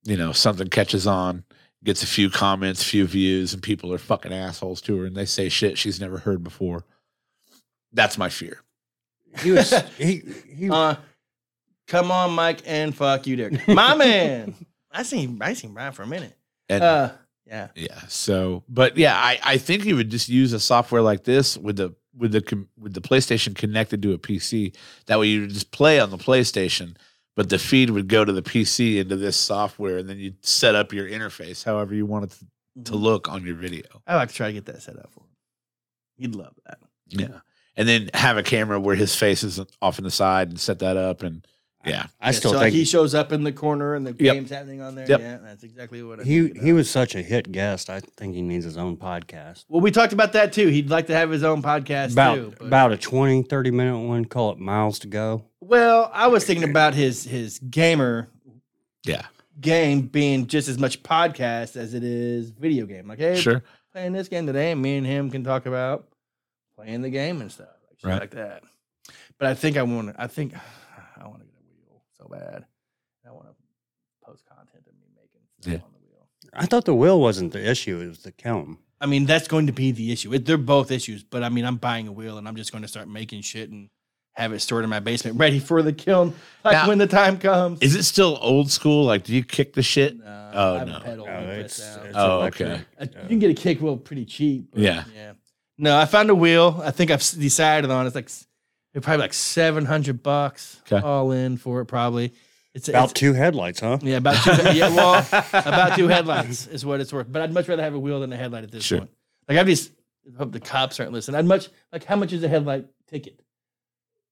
B: you know, something catches on, gets a few comments, few views, and people are fucking assholes to her and they say shit she's never heard before. That's my fear.
A: He was he he.
C: Uh, come on, Mike, and fuck you, Derek, my man. I seen I seen Brian for a minute.
B: And
C: Uh, yeah,
B: yeah, so but yeah, I I think you would just use a software like this with the with the com- with the PlayStation connected to a PC. That way you would just play on the PlayStation, but the feed would go to the PC into this software, and then you'd set up your interface however you want it to, to
C: Mm.
B: look on your video.
C: Mm-hmm. I like to try to get that set up for him. He'd love that.
B: Yeah. And then have a camera where his face is off in the side and set that up. And yeah,
A: I
C: Yeah,
A: still
C: so, like,
A: think
C: he shows up in the corner and the
B: Yep.
C: game's happening on there.
B: Yep.
C: Yeah, that's exactly what I
A: he
C: think
A: he
C: about.
A: was such a hit guest. I think he needs his own podcast.
C: Well, we talked about that too. He'd like to have his own podcast
A: About
C: too. but-
A: about a 20, 30 minute one. Call it miles to go.
C: well, I was thinking about his his gamer
B: yeah,
C: game being just as much podcast as it is video game. Like, hey,
B: sure.
C: playing this game today, and me and him can talk about playing the game and stuff, like, shit
B: Right.
C: like that. But I think I want to. I think I want to get a wheel so bad. I want to post content of me making stuff
B: Yeah.
C: on the wheel.
A: I thought the will wasn't the issue. It was the kiln.
C: I mean, that's going to be the issue. It, they're both issues, but I mean, I'm buying a wheel and I'm just going to start making shit and have it stored in my basement, ready for the kiln, like
B: Now-
C: when the time comes.
B: Is it still old school? Like, do you kick the shit?
C: No,
B: Oh,
C: I uh, have a
B: no.
C: pedal
A: No,
C: and press
A: Uh, it's,
C: down.
A: it's
B: Oh,
A: electric.
B: okay.
C: Uh, You can get a kick wheel pretty cheap. but
B: Yeah.
C: Yeah. No, I found a wheel. I think I've s- decided on. It's like s- it's probably like seven hundred bucks
B: 'Kay.
C: all in for it. Probably. It's
A: About
C: it's-
A: two headlights, huh?
C: yeah about two yeah well about two headlights is what it's worth. But I'd much rather have a wheel than a headlight at this
B: Sure.
C: point. Like I just hope the cops aren't listening. I'd much like how much is a headlight ticket?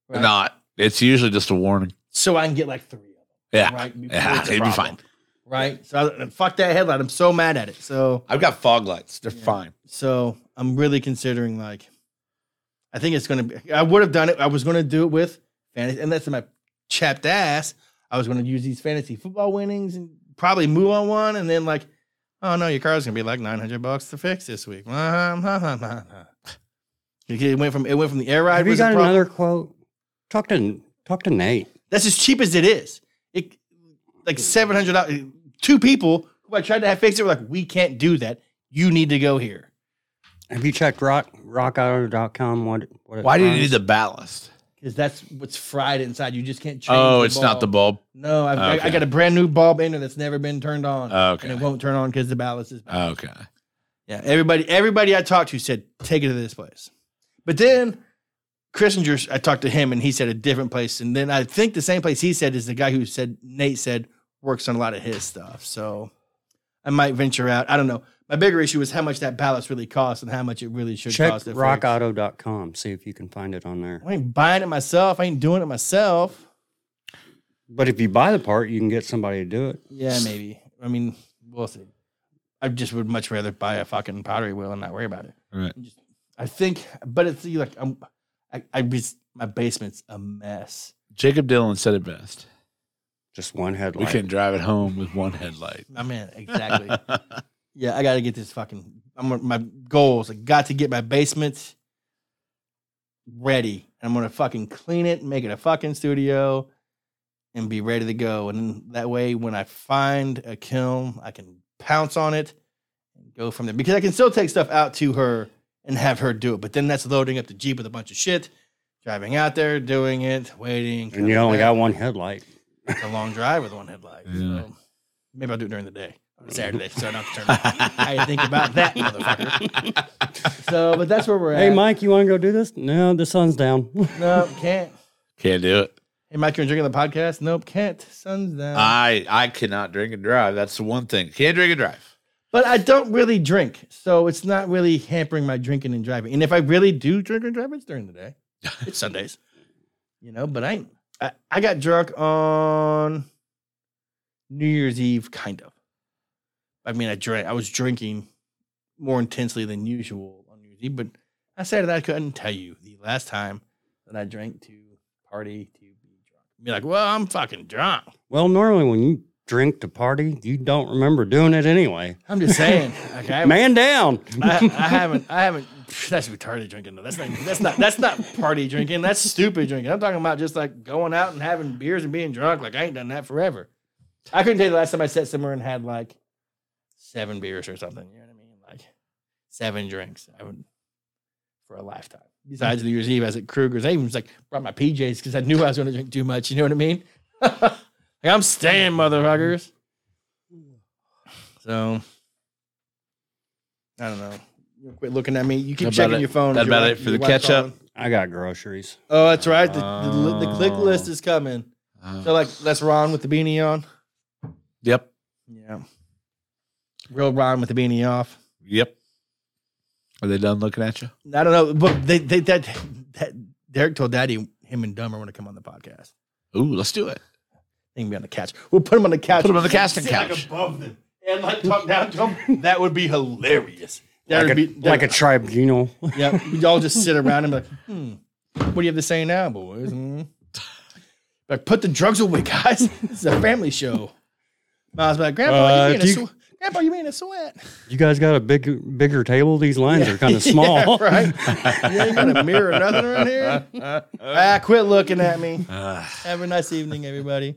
C: Right?
B: Not. It's usually just a warning.
C: So I can get like three of them.
B: Yeah.
C: Right. before
B: Yeah,
C: it's a
B: it'd be
C: problem,
B: fine.
C: Right. So I, fuck that headlight. I'm so mad at it. So
B: I've got fog lights. They're
C: Yeah.
B: fine.
C: So I'm really considering like, I think it's gonna be. I would have done it. I was gonna do it with fantasy, and that's my chapped ass. I was gonna use these fantasy football winnings and probably move on one, and then like, oh no, your car's gonna be like 900 bucks to fix this week. It went from it went from the air ride.
A: Have you
C: was a
A: got
C: problem-
A: another quote? Talk to talk to Nate.
C: that's as cheap as it is. It like seven hundred dollars. Two people who I tried to have fix it were like, we can't do that. You need to go here.
A: Have you checked rock rockauto.com? What, what it
B: Why do you
A: runs?
B: need the ballast?
C: Because that's what's fried inside. You just can't change.
B: Oh, it's not the
C: bulb.
B: bulb.
C: No, I've, I, I
B: Okay.
C: got a brand new bulb in there that's never been turned on,
B: Okay.
C: and it won't turn on because the ballast is. bad.
B: Okay.
C: yeah, everybody, everybody I talked to said take it to this place, but then Christinger, I talked to him and he said a different place, and then I think the same place he said is the guy who said Nate said works on a lot of his stuff, so I might venture out. I don't know. My bigger issue is how much that ballast really costs and how much it really should
A: check
C: cost. to fix.
A: rockauto.com? See if you can find it on there.
C: I ain't buying it myself. I ain't doing it myself.
A: But if you buy the part, you can get somebody to do it.
C: Yeah, maybe. I mean, we'll see. I just would much rather buy a fucking pottery wheel and not worry about it.
B: Right.
C: I'm just- I think, but it's like I'm, I, I was my basement's a mess.
B: Jacob Dylan said it best.
A: Just one
B: We
A: headlight.
B: can drive it home with one headlight.
C: I mean, exactly. yeah, I got to get this fucking. I'm my goals. I got to get my basement ready. I'm gonna fucking clean it, make it a fucking studio, and be ready to go. And that way, when I find a kiln, I can pounce on it and go from there. Because I can still take stuff out to her and have her do it. But then that's loading up the jeep with a bunch of shit, driving out there, doing it, waiting.
A: and you
C: coming
A: only
C: back.
A: got one headlight.
C: It's a long drive with one headlight.
B: Yeah.
C: So maybe I'll do it during the day on Saturday, so I don't have to turn. around. I didn't think about that, motherfucker. So, but that's where we're
A: Hey,
C: at.
A: Mike, you want to go do this? No, the sun's down.
C: Nope, can't.
B: Can't do it.
C: Hey, Mike, you're drinking the podcast? Nope, can't. Sun's down.
A: Ah.
B: I I cannot drink and drive. That's the one thing. Can't drink and drive.
C: but I don't really drink, so it's not really hampering my drinking and driving. And if I really do drink and drive, it's during the day. It's Sundays. you know. But I, ain't- I, I got drunk on New Year's Eve, kind of. I mean, I drank. I was drinking more intensely than usual on New Year's Eve, but I said that I couldn't tell you the last time that I drank to party to be drunk. Be like, well, I'm fucking drunk.
A: Well, normally when you drink to party, you don't remember doing it anyway.
C: I'm just saying. Like, I, haven't-
A: Man down.
C: I, I haven't. I haven't. That's retarded drinking. though. That's not. That's not. That's not party drinking. That's stupid drinking. I'm talking about just like going out and having beers and being drunk. Like I ain't done that forever. I couldn't tell you the last time I sat somewhere and had like seven beers or something. You know what I mean? Like seven drinks. I would for a lifetime. Besides New Year's Eve, I was at Kruger's. I even was like brought my PJs because I knew I was going to drink too much. You know what I mean? like I'm staying, motherfuckers. So I don't know. You quit looking at me. You keep
B: That about
C: checking
B: it-
C: your phone.
B: that
C: Is your
B: about
C: wife-
B: it for
C: your
B: the
C: wife
B: catch-up?
C: calling?
A: I got groceries.
C: Oh, that's right. The, the, li- the click
B: Oh.
C: list is coming.
B: Uh,
C: So, like, that's Ron with the beanie on.
B: yep.
C: Yeah. Real Ron with the beanie off.
B: Yep. Are they done looking at you?
C: I don't know, but they, they that, that Derek told Daddy him and Dumb are going to come on the podcast.
B: Ooh, let's do it.
C: They can be on the couch. We'll put him on the couch.
B: Put him on the casting
C: Sit, like,
B: couch.
C: above them and like talk down to him. That would be hilarious. That
A: Like a,
C: would be that-
A: like a tribunal.
C: Yeah, we all just sit around and be like, hmm, what do you have to say now, boys? Hmm? Like, put the drugs away, guys. This is a family show. Miles be like, Grandpa,
A: Uh,
C: you mean a
A: do you-
C: sweat? Grandpa, you mean a sweat?
A: You guys got a big, bigger table? These lines are kind of small.
C: yeah, right? You ain't got a mirror or nothing around here. ah, quit looking at me.
B: Uh,
C: Have a nice evening, everybody.